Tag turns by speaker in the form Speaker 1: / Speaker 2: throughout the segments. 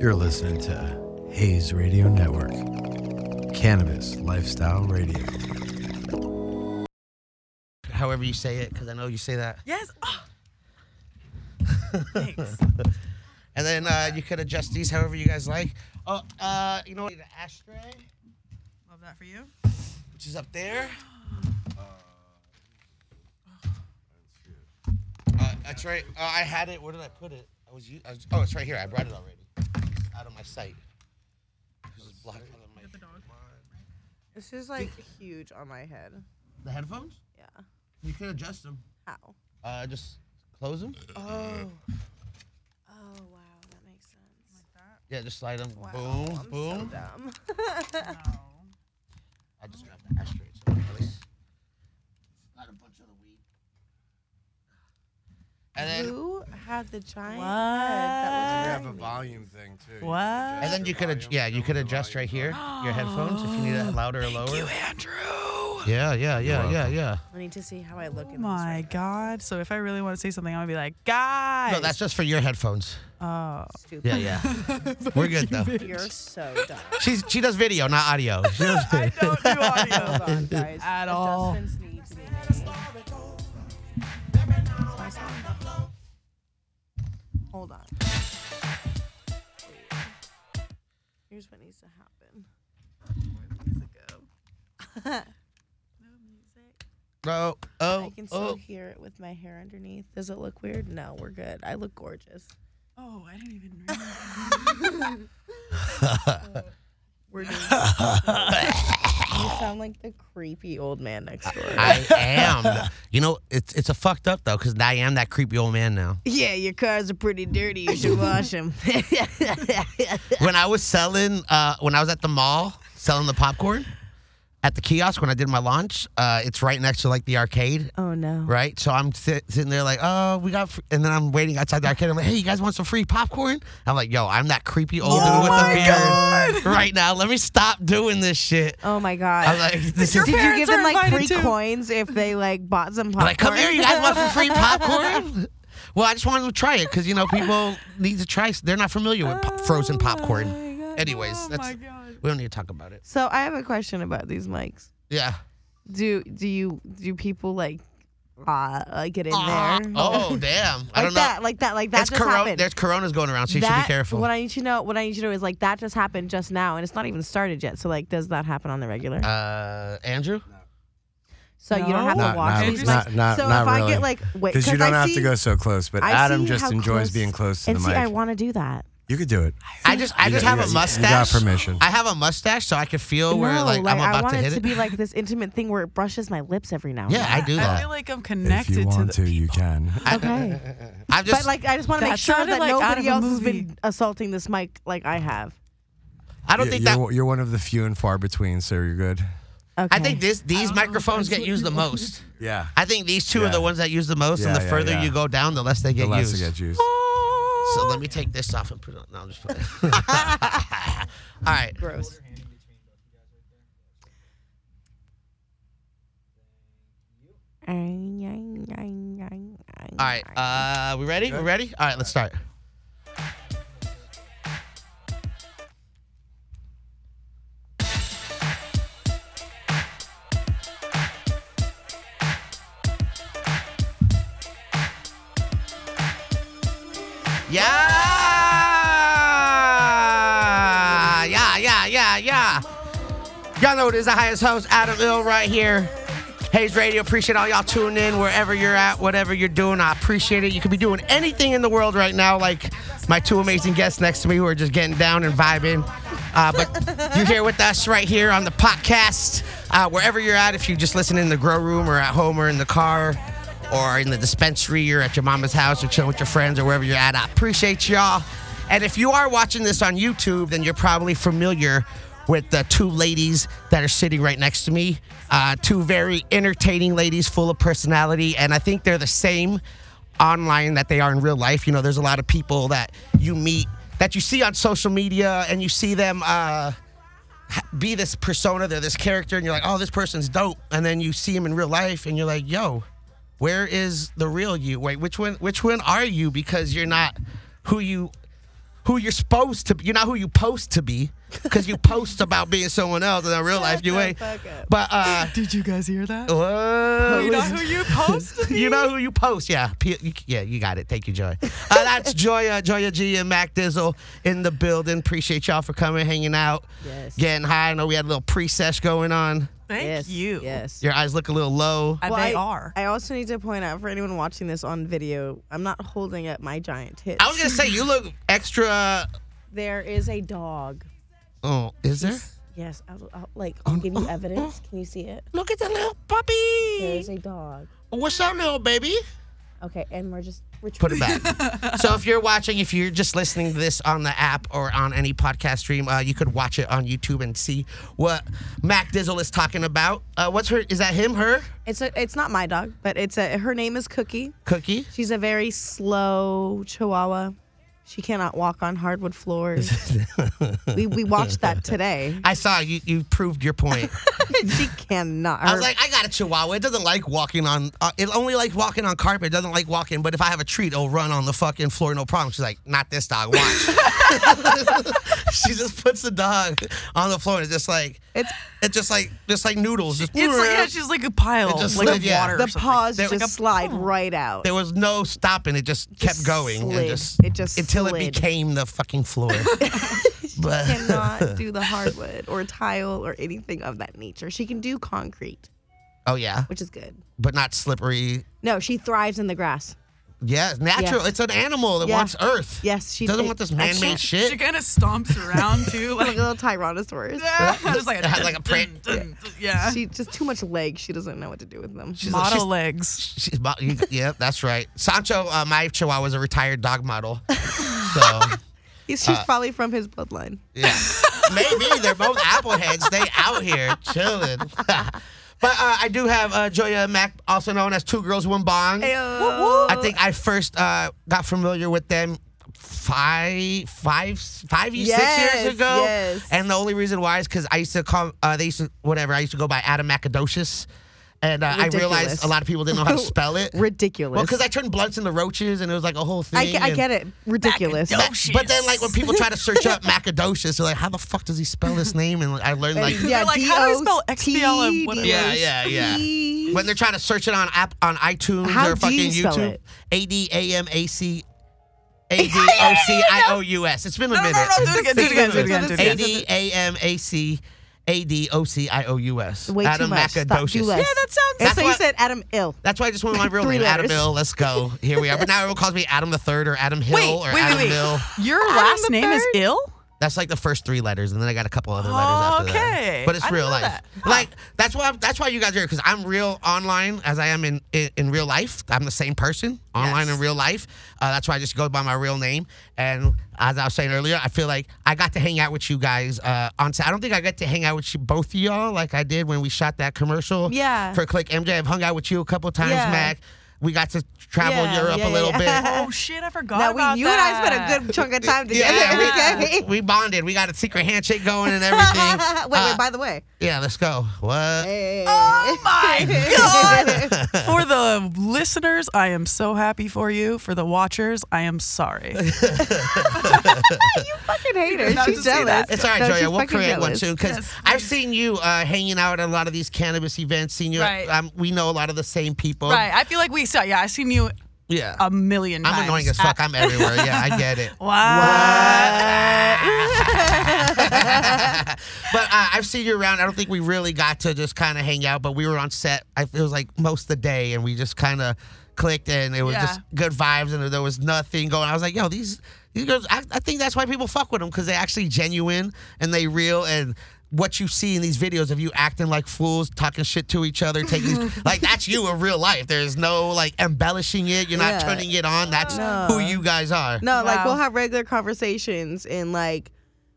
Speaker 1: You're listening to Hayes Radio Network, Cannabis Lifestyle Radio.
Speaker 2: however you say it, because I know you say that.
Speaker 3: Yes. Oh. Thanks.
Speaker 2: And then uh, you could adjust these however you guys like. Oh, uh, you know what? Need an ashtray,
Speaker 3: Love that for you.
Speaker 2: which is up there. Uh, that's right. Uh, I had it. Where did I put it? I was, u- I was. Oh, it's right here. I brought it already. It's out of my sight. This is blocked out of my.
Speaker 3: This is like huge on my head.
Speaker 2: The headphones?
Speaker 3: Yeah.
Speaker 2: You can adjust them.
Speaker 3: How?
Speaker 2: Uh, just close them.
Speaker 3: Oh. Oh wow, that makes sense.
Speaker 2: Yeah, just slide them.
Speaker 3: Wow,
Speaker 2: boom,
Speaker 3: I'm
Speaker 2: boom.
Speaker 3: so dumb.
Speaker 2: I just grabbed the ashtray. It's in place. Got a bunch of the weed. And then,
Speaker 3: Who had the giant head that was
Speaker 1: a
Speaker 3: tiny?
Speaker 1: volume thing too.
Speaker 4: What? adjust
Speaker 2: and then you could, ad- yeah, you could adjust right here your headphones if you need it louder or lower.
Speaker 4: Andrew.
Speaker 2: Yeah, yeah, yeah, yeah, yeah.
Speaker 3: I need to see how I look
Speaker 4: Oh
Speaker 3: in this.
Speaker 4: my
Speaker 3: right
Speaker 4: God. So if I really want to say something, I'm gonna be like, guys.
Speaker 2: No, that's just for your headphones.
Speaker 4: Oh.
Speaker 3: now. Stupid.
Speaker 2: Yeah, yeah. We're good though.
Speaker 3: You're so dumb.
Speaker 2: She's she does video, not audio. She does-
Speaker 4: I don't
Speaker 3: Hold
Speaker 4: do audio.
Speaker 3: on, guys.
Speaker 4: At all.
Speaker 3: Adjustments need to be made. Hold on. Wait. Here's what needs to happen.
Speaker 2: oh, oh,
Speaker 3: I can still
Speaker 2: oh.
Speaker 3: hear it with my hair underneath. Does it look weird? No, we're good. I look gorgeous.
Speaker 4: Oh, I didn't even realize.
Speaker 3: We're doing. you sound like the creepy old man next door.
Speaker 2: I am. You know, it's it's a fucked up though, cause I am that creepy old man now.
Speaker 3: yeah, your cars are pretty dirty. You should wash them.
Speaker 2: when I was selling, uh, when I was at the mall selling the popcorn at the kiosk when I did my launch, uh, it's right next to like the arcade,
Speaker 3: oh no.
Speaker 2: right? So I'm sit- sitting there like, oh, we got, fr-. and then I'm waiting outside the arcade. I'm like, hey, you guys want some free popcorn? I'm like, yo, I'm that creepy old
Speaker 4: Oh
Speaker 2: dude with the beard right now. Let me stop doing this shit.
Speaker 3: Oh my god.
Speaker 2: I'm like, this
Speaker 4: Uh,
Speaker 2: is.
Speaker 3: Did you
Speaker 4: Your
Speaker 3: give
Speaker 4: parents
Speaker 3: them
Speaker 4: are
Speaker 3: like free
Speaker 4: invited too.
Speaker 3: coins if they like bought some popcorn?
Speaker 2: I'm like, come here, you guys want some free popcorn? Well, I just wanted to try it because you know people need to try. They're not familiar with po- frozen popcorn. Anyways,
Speaker 4: oh
Speaker 2: that's
Speaker 4: my God.
Speaker 2: we don't need to talk about it.
Speaker 3: So I have a question about these mics.
Speaker 2: Yeah.
Speaker 3: Do do you do people like uh like get in there?
Speaker 2: Oh damn! I
Speaker 3: like
Speaker 2: don't know.
Speaker 3: that, like that, like that
Speaker 2: It's
Speaker 3: just
Speaker 2: corona-
Speaker 3: happened.
Speaker 2: There's coronas going around, so you should
Speaker 3: That-
Speaker 2: be careful.
Speaker 3: What I need to know, what I need to know is like that just happened just now, and it's not even started yet. So like, does that happen on the regular?
Speaker 2: uh, Andrew,
Speaker 3: so you don't have
Speaker 4: No.
Speaker 3: to
Speaker 1: Not,
Speaker 3: watch
Speaker 1: not,
Speaker 4: Andrew's
Speaker 3: these.
Speaker 4: like-
Speaker 1: not, not,
Speaker 3: so
Speaker 1: not
Speaker 3: if
Speaker 1: really.
Speaker 3: I get like, wait,
Speaker 1: because you don't
Speaker 3: I
Speaker 1: have
Speaker 3: see,
Speaker 1: to go so close, but
Speaker 3: I
Speaker 1: Adam
Speaker 3: see
Speaker 1: just
Speaker 3: how
Speaker 1: enjoys
Speaker 3: close-
Speaker 1: being close to
Speaker 3: And
Speaker 1: the
Speaker 3: see,
Speaker 1: mic.
Speaker 3: I want to do that.
Speaker 1: you could do it.
Speaker 2: I just, I
Speaker 1: You
Speaker 2: just
Speaker 1: got-
Speaker 2: have
Speaker 1: you
Speaker 2: a
Speaker 1: got- You got
Speaker 2: mustache.
Speaker 1: permission.
Speaker 2: I have a mustache, so I can feel Oh, where
Speaker 3: no,
Speaker 2: like, I'm
Speaker 3: I
Speaker 2: about
Speaker 3: want
Speaker 2: to
Speaker 3: it
Speaker 2: hit
Speaker 3: to
Speaker 2: it.
Speaker 3: be like this intimate thing where it brushes my lips every now.
Speaker 2: yeah, I
Speaker 3: and
Speaker 2: do
Speaker 4: I
Speaker 2: that.
Speaker 4: feel like I'm
Speaker 1: If
Speaker 4: connected
Speaker 1: you want
Speaker 4: to
Speaker 1: to,
Speaker 4: the.
Speaker 1: you can.
Speaker 3: then. Okay.
Speaker 2: I'm just,
Speaker 3: but like, I just want to
Speaker 4: That
Speaker 3: make sure
Speaker 4: sounded
Speaker 3: that
Speaker 4: like out
Speaker 3: nobody
Speaker 4: of a
Speaker 3: else has
Speaker 4: movie.
Speaker 3: been assaulting this mic like I have.
Speaker 2: I don't
Speaker 1: You-
Speaker 2: think
Speaker 1: you're,
Speaker 2: that.
Speaker 1: you're one of the few and far between, so you're good.
Speaker 3: Okay.
Speaker 2: I think this, these microphones get used the most.
Speaker 1: Yeah.
Speaker 2: I think these two are
Speaker 1: Yeah.
Speaker 2: the ones that use the most, and
Speaker 1: Yeah,
Speaker 2: the
Speaker 1: yeah,
Speaker 2: further
Speaker 1: yeah.
Speaker 2: you go down, the less they get
Speaker 1: The less
Speaker 2: used.
Speaker 1: you get juice.
Speaker 2: So let me take this off and put it on. No, I'm just playing. All right.
Speaker 3: gross.
Speaker 2: All
Speaker 3: All right.
Speaker 2: right. Uh, we ready? We ready? All right, let's start. Yeah! Yeah, yeah, yeah, yeah. Y'all know it is the highest host, Adam Ill, right here. Hayes Radio, appreciate all y'all tuning in wherever you're at, whatever you're doing. I appreciate it. You could be doing anything in the world right now, like my two amazing guests next to me who are just getting down and vibing. Uh, but you're here with us right here on the podcast, uh, wherever you're at, if you just listen in the grow room or at home or in the car or in the dispensary or at your mama's house or chilling with your friends or wherever you're at. I appreciate y'all. And if you are watching this on YouTube, then you're probably familiar with the two ladies that are sitting right next to me. Uh, two very entertaining ladies, full of personality, and I think they're the same online that they are in real life. You know, there's a lot of people that you meet that you see on social media, and you see them. Uh, be this persona, they're this character, and you're like, oh, this person's dope. And then you see him in real life, and you're like, yo, where is the real you? Wait, which one? Which one are you? Because you're not who you who you're supposed to be. You're not who you post to be because you post about being someone else and in real life you
Speaker 3: the
Speaker 2: ain't.
Speaker 3: fuck up.
Speaker 2: But uh,
Speaker 4: Did you guys hear
Speaker 2: Oh,
Speaker 4: that? Oh,
Speaker 2: whoa,
Speaker 4: you know who you posted?
Speaker 2: you know who you post. Yeah, P- you- yeah, you got it. Thank you, Joy. Uh, that's Joya, Joya G, and Mac Dizzle in the building. Appreciate y'all for coming, hanging out,
Speaker 3: Yes.
Speaker 2: getting high. I know we had a little pre-sesh going on.
Speaker 4: Thank
Speaker 3: yes.
Speaker 4: you.
Speaker 3: Yes.
Speaker 2: Your eyes look a little low.
Speaker 4: I-
Speaker 3: Well,
Speaker 4: they
Speaker 3: I,
Speaker 4: are.
Speaker 3: I also need to point out for anyone watching this on video, I'm not holding up my giant tits.
Speaker 2: I was gonna say you look extra.
Speaker 3: there is a dog.
Speaker 2: Oh, is there?
Speaker 3: Yes, I'll, I'll like I'll give you evidence. Can you see it?
Speaker 2: Look at the little
Speaker 3: There is
Speaker 2: puppy.
Speaker 3: a dog.
Speaker 2: What's up, little baby?
Speaker 3: Okay, and we're just we're
Speaker 2: Put it back. so if you're watching, if you're just listening to this on the app or on any podcast stream, uh, you could watch it on YouTube and see what Mac Dizzle is talking about. Uh, what's her? Is that him? Her?
Speaker 3: It's a, it's not my dog, but it's a her name is Cookie.
Speaker 2: Cookie?
Speaker 3: She's a very slow chihuahua. She cannot walk on hardwood floors. we we watched that today.
Speaker 2: I saw you. You proved your point.
Speaker 3: she cannot.
Speaker 2: I was like, I got a Chihuahua. It doesn't like walking on. Uh, it only likes walking on carpet. It doesn't like walking. But if I have a treat, it'll run on the fucking floor, no problem. She's like, not this dog. Watch. she just puts the dog on the floor and it's just like
Speaker 3: It's-
Speaker 2: it's just like just like noodles. Just
Speaker 4: It's like yeah, she's like a pile
Speaker 2: It just
Speaker 4: like
Speaker 2: slid,
Speaker 4: of
Speaker 2: yeah.
Speaker 4: water. or
Speaker 3: the
Speaker 4: something.
Speaker 3: paws
Speaker 2: They're
Speaker 3: just
Speaker 2: like a-
Speaker 3: slide right out.
Speaker 2: there was no stopping. It just, kept going and
Speaker 3: slid.
Speaker 2: just
Speaker 3: It just
Speaker 2: until it
Speaker 3: slid.
Speaker 2: became the fucking floor. but
Speaker 3: cannot do the hardwood or tile or anything of that nature. She can do concrete,
Speaker 2: oh yeah,
Speaker 3: which is good.
Speaker 2: but not slippery.
Speaker 3: No, she thrives in the grass.
Speaker 2: Yeah, natural.
Speaker 3: Yes.
Speaker 2: It's an animal that
Speaker 3: Yeah.
Speaker 2: wants earth.
Speaker 3: Yes, she
Speaker 2: doesn't
Speaker 3: it-
Speaker 2: want this
Speaker 3: I
Speaker 2: man-made
Speaker 3: can't-
Speaker 2: shit.
Speaker 4: She kind of stomps around too,
Speaker 3: Like
Speaker 4: like
Speaker 3: a little Tyrannosaurus.
Speaker 4: just like
Speaker 2: It has like a print.
Speaker 4: dun, dun, Yeah,
Speaker 3: She just too much legs. She doesn't know what to do with them.
Speaker 2: Uh. She's a-
Speaker 4: model
Speaker 2: she's-
Speaker 4: legs.
Speaker 2: She's mo- you- yeah, that's right. Sancho, uh, my chihuahua, was a retired dog model. So,
Speaker 3: He's,
Speaker 2: uh,
Speaker 3: she's probably from his bloodline.
Speaker 2: yeah. Maybe they're both appleheads. They out here chilling. but uh, I do have uh, Joya Mac, also known as Two Girls, One Bong. I think I first uh, got familiar with them five, five, five, six
Speaker 3: Yes,
Speaker 2: years ago.
Speaker 3: yes.
Speaker 2: And the only reason why is because I used to call, uh, they used to, whatever, I used to go by Adam Macadocious. And uh, I realized
Speaker 3: Ridiculous.
Speaker 2: a lot of people didn't know how to spell it.
Speaker 3: Ridiculous.
Speaker 2: Well, because I turned blunts into roaches, and it was like a whole thing.
Speaker 3: I, get, I
Speaker 2: and-
Speaker 3: get it. Ridiculous.
Speaker 4: Mac-
Speaker 2: But then, like when people try to search up Macadocious, they're like, "How the fuck does he spell this name?" And like, I learned like,
Speaker 4: They're like, how do I spell
Speaker 3: DOS,
Speaker 4: XBL and whatever?
Speaker 2: Yeah, yeah, yeah.
Speaker 3: DOS.
Speaker 2: when they're trying to search it on app on iTunes
Speaker 3: How
Speaker 2: or
Speaker 3: do
Speaker 2: fucking
Speaker 3: you spell
Speaker 2: YouTube,
Speaker 3: it?
Speaker 2: A D A M A C A D O C I O U S. It's been a
Speaker 4: No, no,
Speaker 2: minute.
Speaker 4: no, do it again, do it again, do it again, do it
Speaker 2: A
Speaker 4: again.
Speaker 2: D A M A C A D O C I O U S.
Speaker 3: Way
Speaker 2: Adam
Speaker 3: too much. Stop. Do
Speaker 2: Macadocious.
Speaker 3: less.
Speaker 4: Yeah, that sounds.
Speaker 3: And
Speaker 2: That's
Speaker 3: so you
Speaker 2: what-
Speaker 3: said Adam Ill.
Speaker 2: That's why I just went with my real
Speaker 3: Three
Speaker 2: name, Adam
Speaker 3: letters.
Speaker 2: Bill. Let's go. Here we are. But now everyone calls me Adam the Third or Adam Hill
Speaker 4: Wait,
Speaker 2: or
Speaker 4: wait,
Speaker 2: Adam
Speaker 4: wait,
Speaker 2: Bill.
Speaker 4: wait. Your last
Speaker 3: the
Speaker 4: name is
Speaker 3: Third?
Speaker 4: ill.
Speaker 2: That's like the first three letters, and then I got a couple other letters
Speaker 4: Oh,
Speaker 2: after
Speaker 4: okay.
Speaker 2: that. But it's
Speaker 4: I didn't
Speaker 2: real
Speaker 4: know
Speaker 2: life.
Speaker 4: that.
Speaker 2: Like that's why that's why you guys are here because I'm real online as I am in, in in real life. I'm the same person online and real life. Uh, that's why I just go by my real name. And as I was saying earlier, I feel like I got to hang out with you guys uh, on. set. I don't think I got to hang out with you both of y'all like I did when we shot that commercial.
Speaker 3: Yeah.
Speaker 2: For Click MJ, I've hung out with you a couple times,
Speaker 3: Yeah.
Speaker 2: Mac. We got to travel
Speaker 3: Yeah,
Speaker 2: Europe
Speaker 3: yeah,
Speaker 2: a little
Speaker 3: yeah.
Speaker 2: bit.
Speaker 4: Oh shit, I forgot
Speaker 3: Now
Speaker 4: about
Speaker 3: we, you and I
Speaker 4: that.
Speaker 3: spent a good chunk of time together.
Speaker 2: Yeah,
Speaker 3: okay?
Speaker 2: we, we bonded. We got a secret handshake going and everything.
Speaker 3: wait,
Speaker 2: Uh,
Speaker 3: wait, by the way.
Speaker 2: yeah, let's go. What?
Speaker 4: Oh my god! for the listeners, I am so happy for you. For the watchers, I am sorry.
Speaker 3: you fucking hate
Speaker 4: did
Speaker 3: her.
Speaker 4: not
Speaker 3: She's
Speaker 4: just say
Speaker 3: jealous.
Speaker 4: that.
Speaker 2: It's all right,
Speaker 3: No, she's
Speaker 2: Joya. We'll
Speaker 3: fucking
Speaker 2: create one
Speaker 3: jealous.
Speaker 2: too because
Speaker 4: Yes,
Speaker 2: I've seen you uh, hanging out at a lot of these cannabis events. Seeing you,
Speaker 4: Right.
Speaker 2: um, we know a lot of the same people.
Speaker 4: right? I feel like we saw. Yeah, I've seen you
Speaker 2: Yeah.
Speaker 3: Oh,
Speaker 4: a million times.
Speaker 2: I'm annoying as fuck. I'm everywhere. Yeah, I get it. but uh, I've seen you around. I don't think we really got to just kind of hang out, but we were on set. I, it was like most of the day, and we just kind of clicked, and it was
Speaker 4: Yeah.
Speaker 2: just good vibes, and there was nothing going. I was like, yo, these these girls. I, I think that's why people fuck with them because they actually genuine and they real and. What you see in these videos of you acting like fools, talking shit to each other, taking like that's you in real life. There's no like embellishing it. You're not
Speaker 3: Yeah.
Speaker 2: turning it on. That's
Speaker 3: No.
Speaker 2: who you guys are.
Speaker 3: No, like
Speaker 4: Wow.
Speaker 3: we'll have regular conversations and like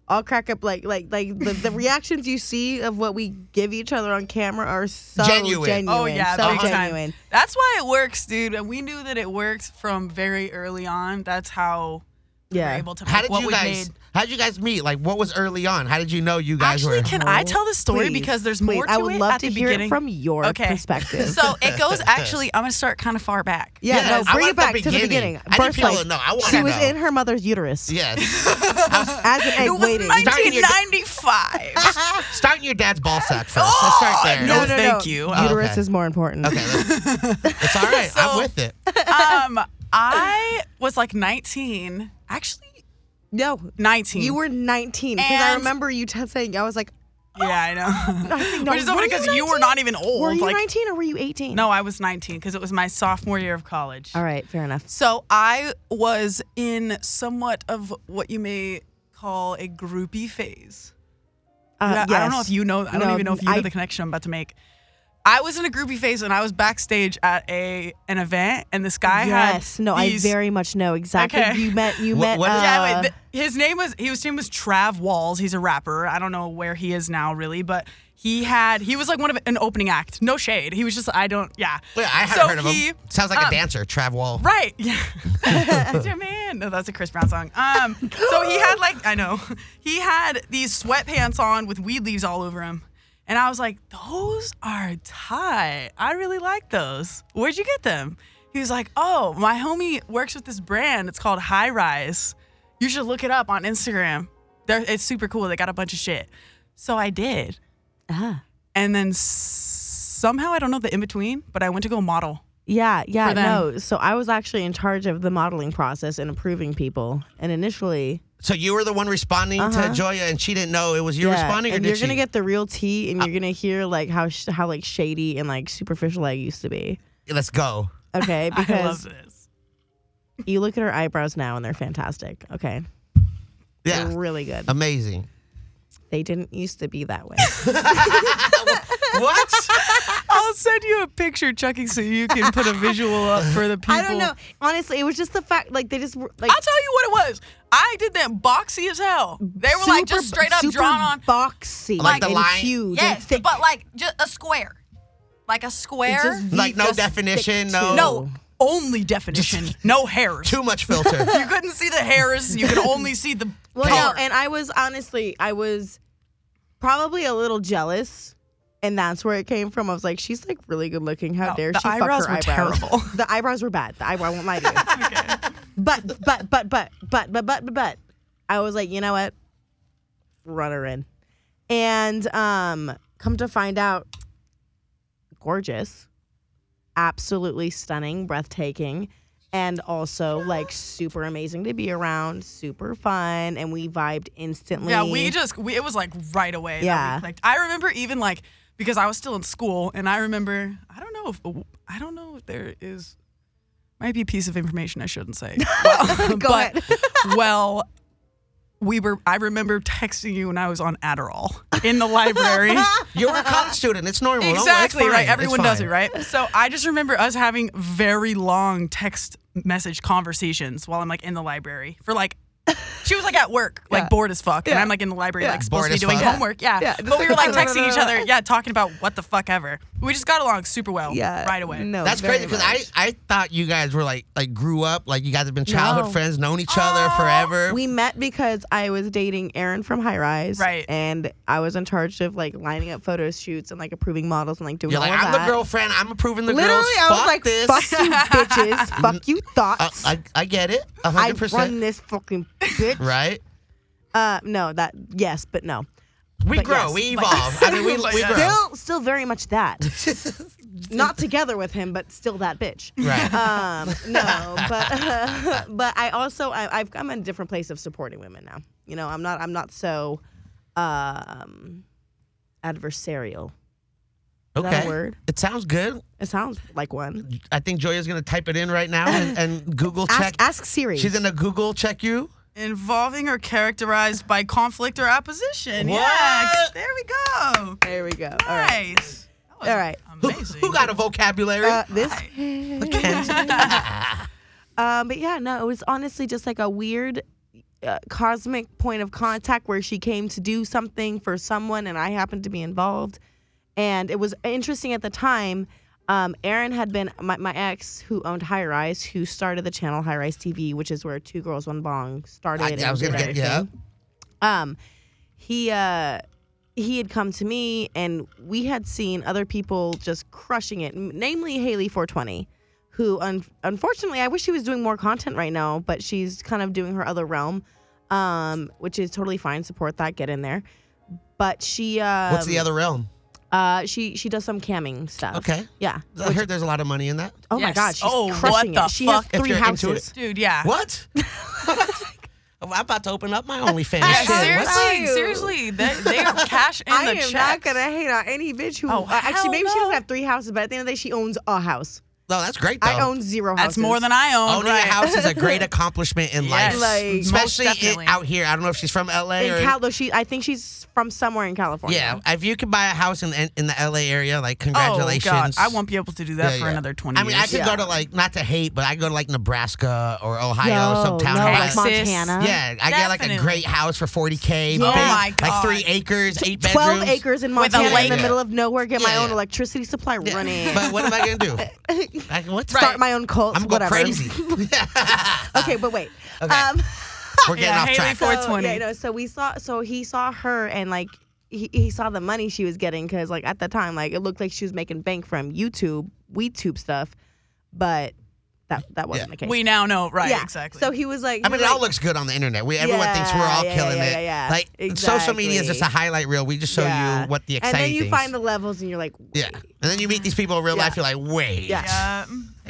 Speaker 3: I'll crack up like like like the, the reactions you see of what we give each other on camera are so
Speaker 2: Genuine.
Speaker 3: genuine.
Speaker 4: Oh yeah,
Speaker 3: so
Speaker 4: big time.
Speaker 3: genuine.
Speaker 4: That's why it works, dude. And we knew that it worked from very early on. That's how we
Speaker 3: Yeah.
Speaker 4: were able to make
Speaker 2: How did
Speaker 4: what
Speaker 2: you
Speaker 4: we
Speaker 2: guys?
Speaker 4: made.
Speaker 2: How did you guys meet? Like, what was early on? How did you know you guys
Speaker 4: Actually,
Speaker 2: were?
Speaker 4: can I tell the story
Speaker 3: Please,
Speaker 4: because there's
Speaker 3: please,
Speaker 4: more. To
Speaker 3: I would
Speaker 4: it
Speaker 3: love
Speaker 4: at
Speaker 3: to
Speaker 4: the
Speaker 3: hear
Speaker 4: beginning.
Speaker 3: it from your
Speaker 4: okay.
Speaker 3: perspective.
Speaker 4: So it goes. Actually, I'm gonna start kind of far back.
Speaker 3: yeah,
Speaker 2: Yes, I
Speaker 3: no, bring
Speaker 2: want
Speaker 3: it back
Speaker 2: the
Speaker 3: to the
Speaker 2: beginning.
Speaker 3: beginning.
Speaker 2: I need
Speaker 3: First,
Speaker 2: people
Speaker 3: like,
Speaker 2: to know. I wanna
Speaker 3: she was
Speaker 2: know.
Speaker 3: in her mother's uterus
Speaker 2: yes.
Speaker 3: as an egg
Speaker 4: It was
Speaker 3: waiting.
Speaker 4: 1995.
Speaker 2: Start in your dad's ball sack first. Let's start there.
Speaker 4: no. thank you. Oh,
Speaker 3: Uterus
Speaker 2: okay.
Speaker 3: is more important.
Speaker 2: Okay, let's- it's all right. I'm
Speaker 4: So-
Speaker 2: with it.
Speaker 4: um, I was like 19. Actually,
Speaker 3: No,
Speaker 4: 19.
Speaker 3: you were 19 because I
Speaker 4: And-
Speaker 3: remember you t- saying I was like,
Speaker 4: Yeah, I know.
Speaker 3: no,
Speaker 4: Which is so
Speaker 3: were
Speaker 4: funny
Speaker 3: you
Speaker 4: because you,
Speaker 3: 19?
Speaker 4: were not even old.
Speaker 3: were you
Speaker 4: like,
Speaker 3: 19 or were you 18?
Speaker 4: No, I was 19 because it was my sophomore year of college.
Speaker 3: All right, fair enough.
Speaker 4: So I was in somewhat of what you may call a groupie phase.
Speaker 3: Uh,
Speaker 4: Yeah, I don't know
Speaker 3: yes.
Speaker 4: if you know. I don't
Speaker 3: No,
Speaker 4: even know if you
Speaker 3: I-
Speaker 4: know the connection I'm about to make. I was in a groupie phase and I was backstage at a an event, and this guy had
Speaker 3: yes, no,
Speaker 4: these-
Speaker 3: I very much know exactly.
Speaker 4: Okay.
Speaker 3: You met, you
Speaker 2: Wha-
Speaker 3: met.
Speaker 2: what is-
Speaker 4: Yeah,
Speaker 3: uh,
Speaker 4: wait, th- his name was he was his name was Trav Walls. He's a rapper. I don't know where he is now really, but he had he was like one of an opening act. No shade. He was just I don't yeah.
Speaker 2: Wait, I haven't
Speaker 4: So
Speaker 2: heard of
Speaker 4: he-
Speaker 2: him. Sounds like a
Speaker 4: um,
Speaker 2: dancer, Trav Wall.
Speaker 4: Right. Yeah. That's your man. No, that's a Chris Brown song. Um, so he had like I know he had these sweatpants on with weed leaves all over him, and I was like, those are tight. I really like those. Where'd you get them? He was like, oh, my homie works with this brand. It's called High Rise. You should look it up on Instagram. They're, it's super cool. They got a bunch of shit. So I did,
Speaker 3: ah.
Speaker 4: and then s- somehow I don't know the in between, but I went to go model.
Speaker 3: Yeah, yeah,
Speaker 4: for them.
Speaker 3: no. So I was actually in charge of the modeling process and approving people. And initially,
Speaker 2: So you were the one responding to Joya, and she didn't know it was you
Speaker 3: yeah,
Speaker 2: responding, or
Speaker 3: and
Speaker 2: did
Speaker 3: you're
Speaker 2: she?
Speaker 3: gonna get the real tea,
Speaker 4: Uh,
Speaker 3: and you're gonna hear like how sh- how like shady and like superficial I used to be.
Speaker 2: Let's go.
Speaker 3: Okay,
Speaker 4: I love
Speaker 3: because
Speaker 4: this.
Speaker 3: you look at her eyebrows now and they're fantastic. Okay,
Speaker 2: Yeah,
Speaker 3: they're really good.
Speaker 4: Um,
Speaker 2: amazing.
Speaker 3: They didn't used to be that way.
Speaker 2: What?
Speaker 4: I'll send you a picture, Chucky, so you can put a visual up for the people.
Speaker 3: I don't know. Honestly, it was just the fact like they just were like
Speaker 4: I'll tell you what it was. I did that boxy as hell. They were like just
Speaker 3: super-
Speaker 4: straight up
Speaker 3: super
Speaker 4: drawn on.
Speaker 3: boxy,
Speaker 2: Like the
Speaker 3: and
Speaker 2: line-
Speaker 3: huge, and
Speaker 4: Yes,
Speaker 3: thick.
Speaker 4: but like just a square, like a square.
Speaker 3: It's just
Speaker 2: Like, no
Speaker 3: just
Speaker 2: definition,
Speaker 3: thick
Speaker 2: no-
Speaker 3: too.
Speaker 4: no,
Speaker 3: Oh.
Speaker 4: only definition. no hairs.
Speaker 2: Too much filter.
Speaker 4: You couldn't see the hairs. You could only see the
Speaker 3: Well,
Speaker 4: color.
Speaker 3: no, and I was honestly, I was probably a little jealous, and that's where it came from. I was like, she's like really good looking. How
Speaker 4: No,
Speaker 3: dare
Speaker 4: the
Speaker 3: she?
Speaker 4: eyebrows
Speaker 3: fuck her
Speaker 4: were
Speaker 3: eyebrows.
Speaker 4: terrible.
Speaker 3: the eyebrows were bad. The eyebrow I won't lie to you. But but but but but but but but but I was like, you know what? Run her in, and um, come to find out, gorgeous, absolutely stunning, breathtaking and also like super amazing to be around, super fun, and we vibed instantly.
Speaker 4: Yeah, we just we, it was like right away. Yeah,
Speaker 3: Yeah.
Speaker 4: that we clicked. I remember even like because I was still in school, and I remember I don't know if I don't know if there is might be a piece of information I shouldn't say. Well,
Speaker 3: Go
Speaker 4: but well, we were. I remember texting you when I was on Adderall in the library.
Speaker 2: you were a college student. It's normal. Don't- it's
Speaker 4: Exactly
Speaker 2: fine,
Speaker 4: right.
Speaker 2: it's
Speaker 4: Everyone does
Speaker 2: fine.
Speaker 4: it, right? So I just remember us having very long text message conversations while I'm like in the library for like. She was like at work, like
Speaker 3: Yeah.
Speaker 4: bored as fuck, and
Speaker 3: Yeah.
Speaker 4: I'm like in the library,
Speaker 3: Yeah.
Speaker 4: like supposed
Speaker 2: Bored
Speaker 4: to
Speaker 2: as
Speaker 4: be doing
Speaker 2: fuck.
Speaker 4: homework. Yeah.
Speaker 3: Yeah.
Speaker 4: but we were like
Speaker 3: No, no, no,
Speaker 4: texting each
Speaker 3: no.
Speaker 4: other, yeah, talking about what the fuck ever. We just got along super well,
Speaker 3: yeah
Speaker 4: right away.
Speaker 3: No,
Speaker 2: That's
Speaker 3: Oh, very
Speaker 2: crazy because I,
Speaker 3: much.
Speaker 2: I thought you guys were like like grew up like you guys have been childhood
Speaker 3: No. Oh,
Speaker 2: friends known each other forever.
Speaker 3: we met because I was dating Aaron from High Rise,
Speaker 4: Right.
Speaker 3: And I was in charge of like lining up photo shoots and like approving models and like doing
Speaker 2: You're
Speaker 3: all
Speaker 2: like
Speaker 3: of
Speaker 2: I'm
Speaker 3: that.
Speaker 2: the girlfriend. I'm approving the
Speaker 3: Literally,
Speaker 2: girls.
Speaker 3: I was
Speaker 2: Fuck
Speaker 3: like,
Speaker 2: this.
Speaker 3: "Fuck you, bitches! Fuck you,
Speaker 2: Uh,
Speaker 3: thoughts!
Speaker 2: I, I get it. a
Speaker 3: I
Speaker 2: hundred
Speaker 3: run
Speaker 2: percent.
Speaker 3: this fucking bitch."
Speaker 2: Right.
Speaker 3: Uh, no, that yes, but no.
Speaker 2: We
Speaker 3: But uh,
Speaker 2: grow.
Speaker 3: yes,
Speaker 2: we
Speaker 4: like-
Speaker 2: evolve. I mean, we,
Speaker 4: Like,
Speaker 2: we
Speaker 4: yeah.
Speaker 2: grow.
Speaker 3: Still, still very much that. Not together with him, but still that bitch.
Speaker 2: Right.
Speaker 3: um no but but i also I, i've i'm in a different place of supporting women now you know i'm not i'm not so um adversarial is that
Speaker 2: okay.
Speaker 3: a word
Speaker 2: It sounds good.
Speaker 3: it sounds like one
Speaker 2: I think Joya's gonna type it in right now and, and Google check.
Speaker 3: ask, ask siri
Speaker 2: She's gonna Google check you.
Speaker 4: Involving or characterized by conflict or opposition. Yeah,
Speaker 2: What?
Speaker 4: there we go.
Speaker 3: there we go all right
Speaker 4: Nice. That was
Speaker 3: All right.
Speaker 2: Who-
Speaker 4: Amazing.
Speaker 2: Who got a vocabulary?
Speaker 3: uh, this
Speaker 2: Ken.
Speaker 3: um but yeah no it was honestly just like a weird uh, cosmic point of contact where she came to do something for someone and i happened to be involved and it was interesting at the time Um, Aaron had been my, my ex who owned High Rise, who started the channel High Rise TV, which is where Two Girls One Bong started.
Speaker 2: I, I
Speaker 3: and
Speaker 2: was gonna
Speaker 3: did
Speaker 2: get yeah.
Speaker 3: everything um he uh he had come to me and we had seen other people just crushing it m- namely haley 420 who un- unfortunately i wish she was doing more content right now but she's kind of doing her other realm um which is totally fine support that get in there but she uh
Speaker 2: What's the other realm?
Speaker 3: uh she she does some camming stuff
Speaker 2: Okay.
Speaker 3: yeah
Speaker 2: I heard there's a lot of money in that.
Speaker 3: oh my
Speaker 4: Yes.
Speaker 3: god she's
Speaker 4: Oh, what
Speaker 3: crushing
Speaker 4: the
Speaker 3: it she
Speaker 4: fuck?
Speaker 3: has
Speaker 2: If
Speaker 3: three
Speaker 2: you're into
Speaker 3: houses
Speaker 4: Dude, yeah.
Speaker 2: What? I'm about to open up my OnlyFans.
Speaker 4: Yeah,
Speaker 2: Shit, what?
Speaker 4: seriously,
Speaker 3: you?
Speaker 4: seriously, they, they are cash in
Speaker 3: I
Speaker 4: the
Speaker 3: am
Speaker 4: check.
Speaker 3: not gonna hate on any bitch who.
Speaker 4: Oh,
Speaker 3: uh, actually,
Speaker 4: hell
Speaker 3: maybe she
Speaker 4: no.
Speaker 3: doesn't have three houses, but at the end of the day, she owns a house.
Speaker 2: No, Oh, that's great though.
Speaker 3: I own zero houses.
Speaker 4: That's more than I own.
Speaker 2: Owning
Speaker 4: right.
Speaker 2: a house is a great accomplishment in
Speaker 4: Yes.
Speaker 2: life,
Speaker 3: Like-
Speaker 2: especially
Speaker 4: Most
Speaker 2: in,
Speaker 4: definitely.
Speaker 2: out here. I don't know if she's from LA
Speaker 3: in
Speaker 2: or
Speaker 3: Cal. Though she, I think she's from somewhere in California.
Speaker 2: yeah. If you can buy a house in in, in the LA area, like
Speaker 4: Oh
Speaker 2: congratulations.
Speaker 4: god, I won't be able to do that
Speaker 2: Yeah,
Speaker 4: for
Speaker 2: yeah.
Speaker 4: another twenty.
Speaker 2: I mean, I
Speaker 4: years.
Speaker 2: could go to like not to hate, but I go to like Nebraska or Ohio, some town.
Speaker 3: no,
Speaker 2: like
Speaker 3: like
Speaker 4: Texas.
Speaker 3: Montana.
Speaker 2: yeah, I get like a
Speaker 4: Definitely.
Speaker 2: great house for 40k. big,
Speaker 4: Oh my
Speaker 2: Like
Speaker 4: God.
Speaker 2: three acres, eight bedrooms.
Speaker 3: Twelve acres in
Speaker 4: With a
Speaker 3: Montana, in the
Speaker 2: lake.
Speaker 3: middle of nowhere, get my
Speaker 2: Yeah,
Speaker 3: own
Speaker 2: yeah.
Speaker 3: electricity supply
Speaker 2: Yeah.
Speaker 3: running,
Speaker 2: But what am I gonna do? I, what?
Speaker 3: start my own cult,
Speaker 2: I'm going
Speaker 3: whatever.
Speaker 2: crazy.
Speaker 3: okay, but wait.
Speaker 2: Okay.
Speaker 3: Um,
Speaker 2: We're getting
Speaker 4: Yeah,
Speaker 2: off
Speaker 4: Haley
Speaker 2: track.
Speaker 4: Ford- 420.
Speaker 3: So, yeah, no, so we saw, so he saw her and like he, he saw the money she was getting because like at the time, like it looked like she was making bank from YouTube, WeTube stuff, but that that wasn't
Speaker 2: Yeah.
Speaker 3: the case.
Speaker 4: We now know, right?
Speaker 3: yeah,
Speaker 4: Exactly.
Speaker 3: So he was like,
Speaker 2: I mean,
Speaker 3: he was
Speaker 2: it all
Speaker 3: like-
Speaker 2: looks good on the internet. We everyone thinks we're all
Speaker 3: Yeah, yeah,
Speaker 2: killing
Speaker 3: yeah,
Speaker 2: it.
Speaker 3: yeah, yeah.
Speaker 2: Like social media is just a
Speaker 3: Exactly.
Speaker 2: highlight reel. We just show
Speaker 3: Yeah.
Speaker 2: you what the
Speaker 3: and
Speaker 2: exciting
Speaker 3: then you
Speaker 2: things.
Speaker 3: find the levels and you're like,
Speaker 2: yeah, and then you meet these people in real
Speaker 3: Yeah.
Speaker 2: life. You're like, wait,
Speaker 3: Yeah.
Speaker 4: yeah.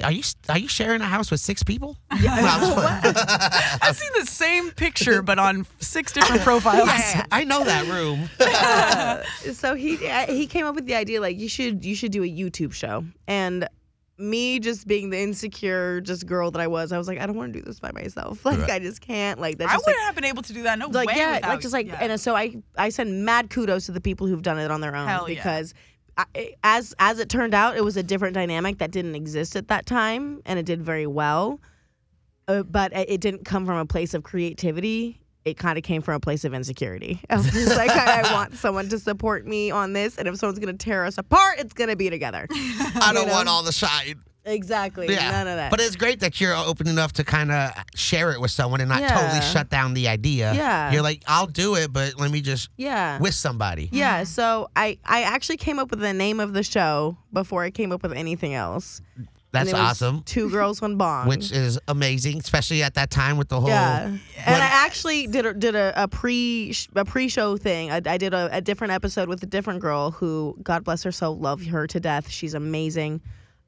Speaker 2: are you are you sharing a house with six people? Yeah,
Speaker 4: I've seen the same picture, but on six different profiles.
Speaker 2: I know that room.
Speaker 3: so he I- he came up with the idea like you should you should do a YouTube show and me just being the insecure just girl that I was I was like I don't want to do this by myself like I just can't like that's
Speaker 4: I
Speaker 3: just
Speaker 4: wouldn't
Speaker 3: like,
Speaker 4: have been able to do that. No
Speaker 3: like
Speaker 4: way.
Speaker 3: yeah
Speaker 4: without
Speaker 3: like just like
Speaker 4: you.
Speaker 3: and so I I send mad kudos to the people who've done it on their own
Speaker 4: Hell yeah.
Speaker 3: because I, as as it turned out it was a different dynamic that didn't exist at that time and it did very well uh, but it it didn't come from a place of creativity. It kind of came from a place of insecurity. I was just like, I, I want someone to support me on this, and if someone's gonna tear us apart, it's gonna be together.
Speaker 2: I don't
Speaker 3: know?
Speaker 2: want all the side.
Speaker 3: exactly.
Speaker 2: Yeah,
Speaker 3: None of that.
Speaker 2: But it's great that you're open enough to kind of share it with someone and not totally
Speaker 3: Yeah.
Speaker 2: shut down the idea.
Speaker 3: Yeah.
Speaker 2: you're like, I'll do it, but let me just
Speaker 3: yeah.
Speaker 2: with somebody.
Speaker 3: yeah. So I I actually came up with the name of the show before I came up with anything else. And
Speaker 2: That's
Speaker 3: it was
Speaker 2: awesome.
Speaker 3: Two girls, one bong.
Speaker 2: Which is amazing, especially at that time with the whole.
Speaker 3: Yeah, and I actually did a, did a, a pre a pre show thing. I, I did a, a different episode with a different girl who, God bless her soul, love her to death. She's amazing.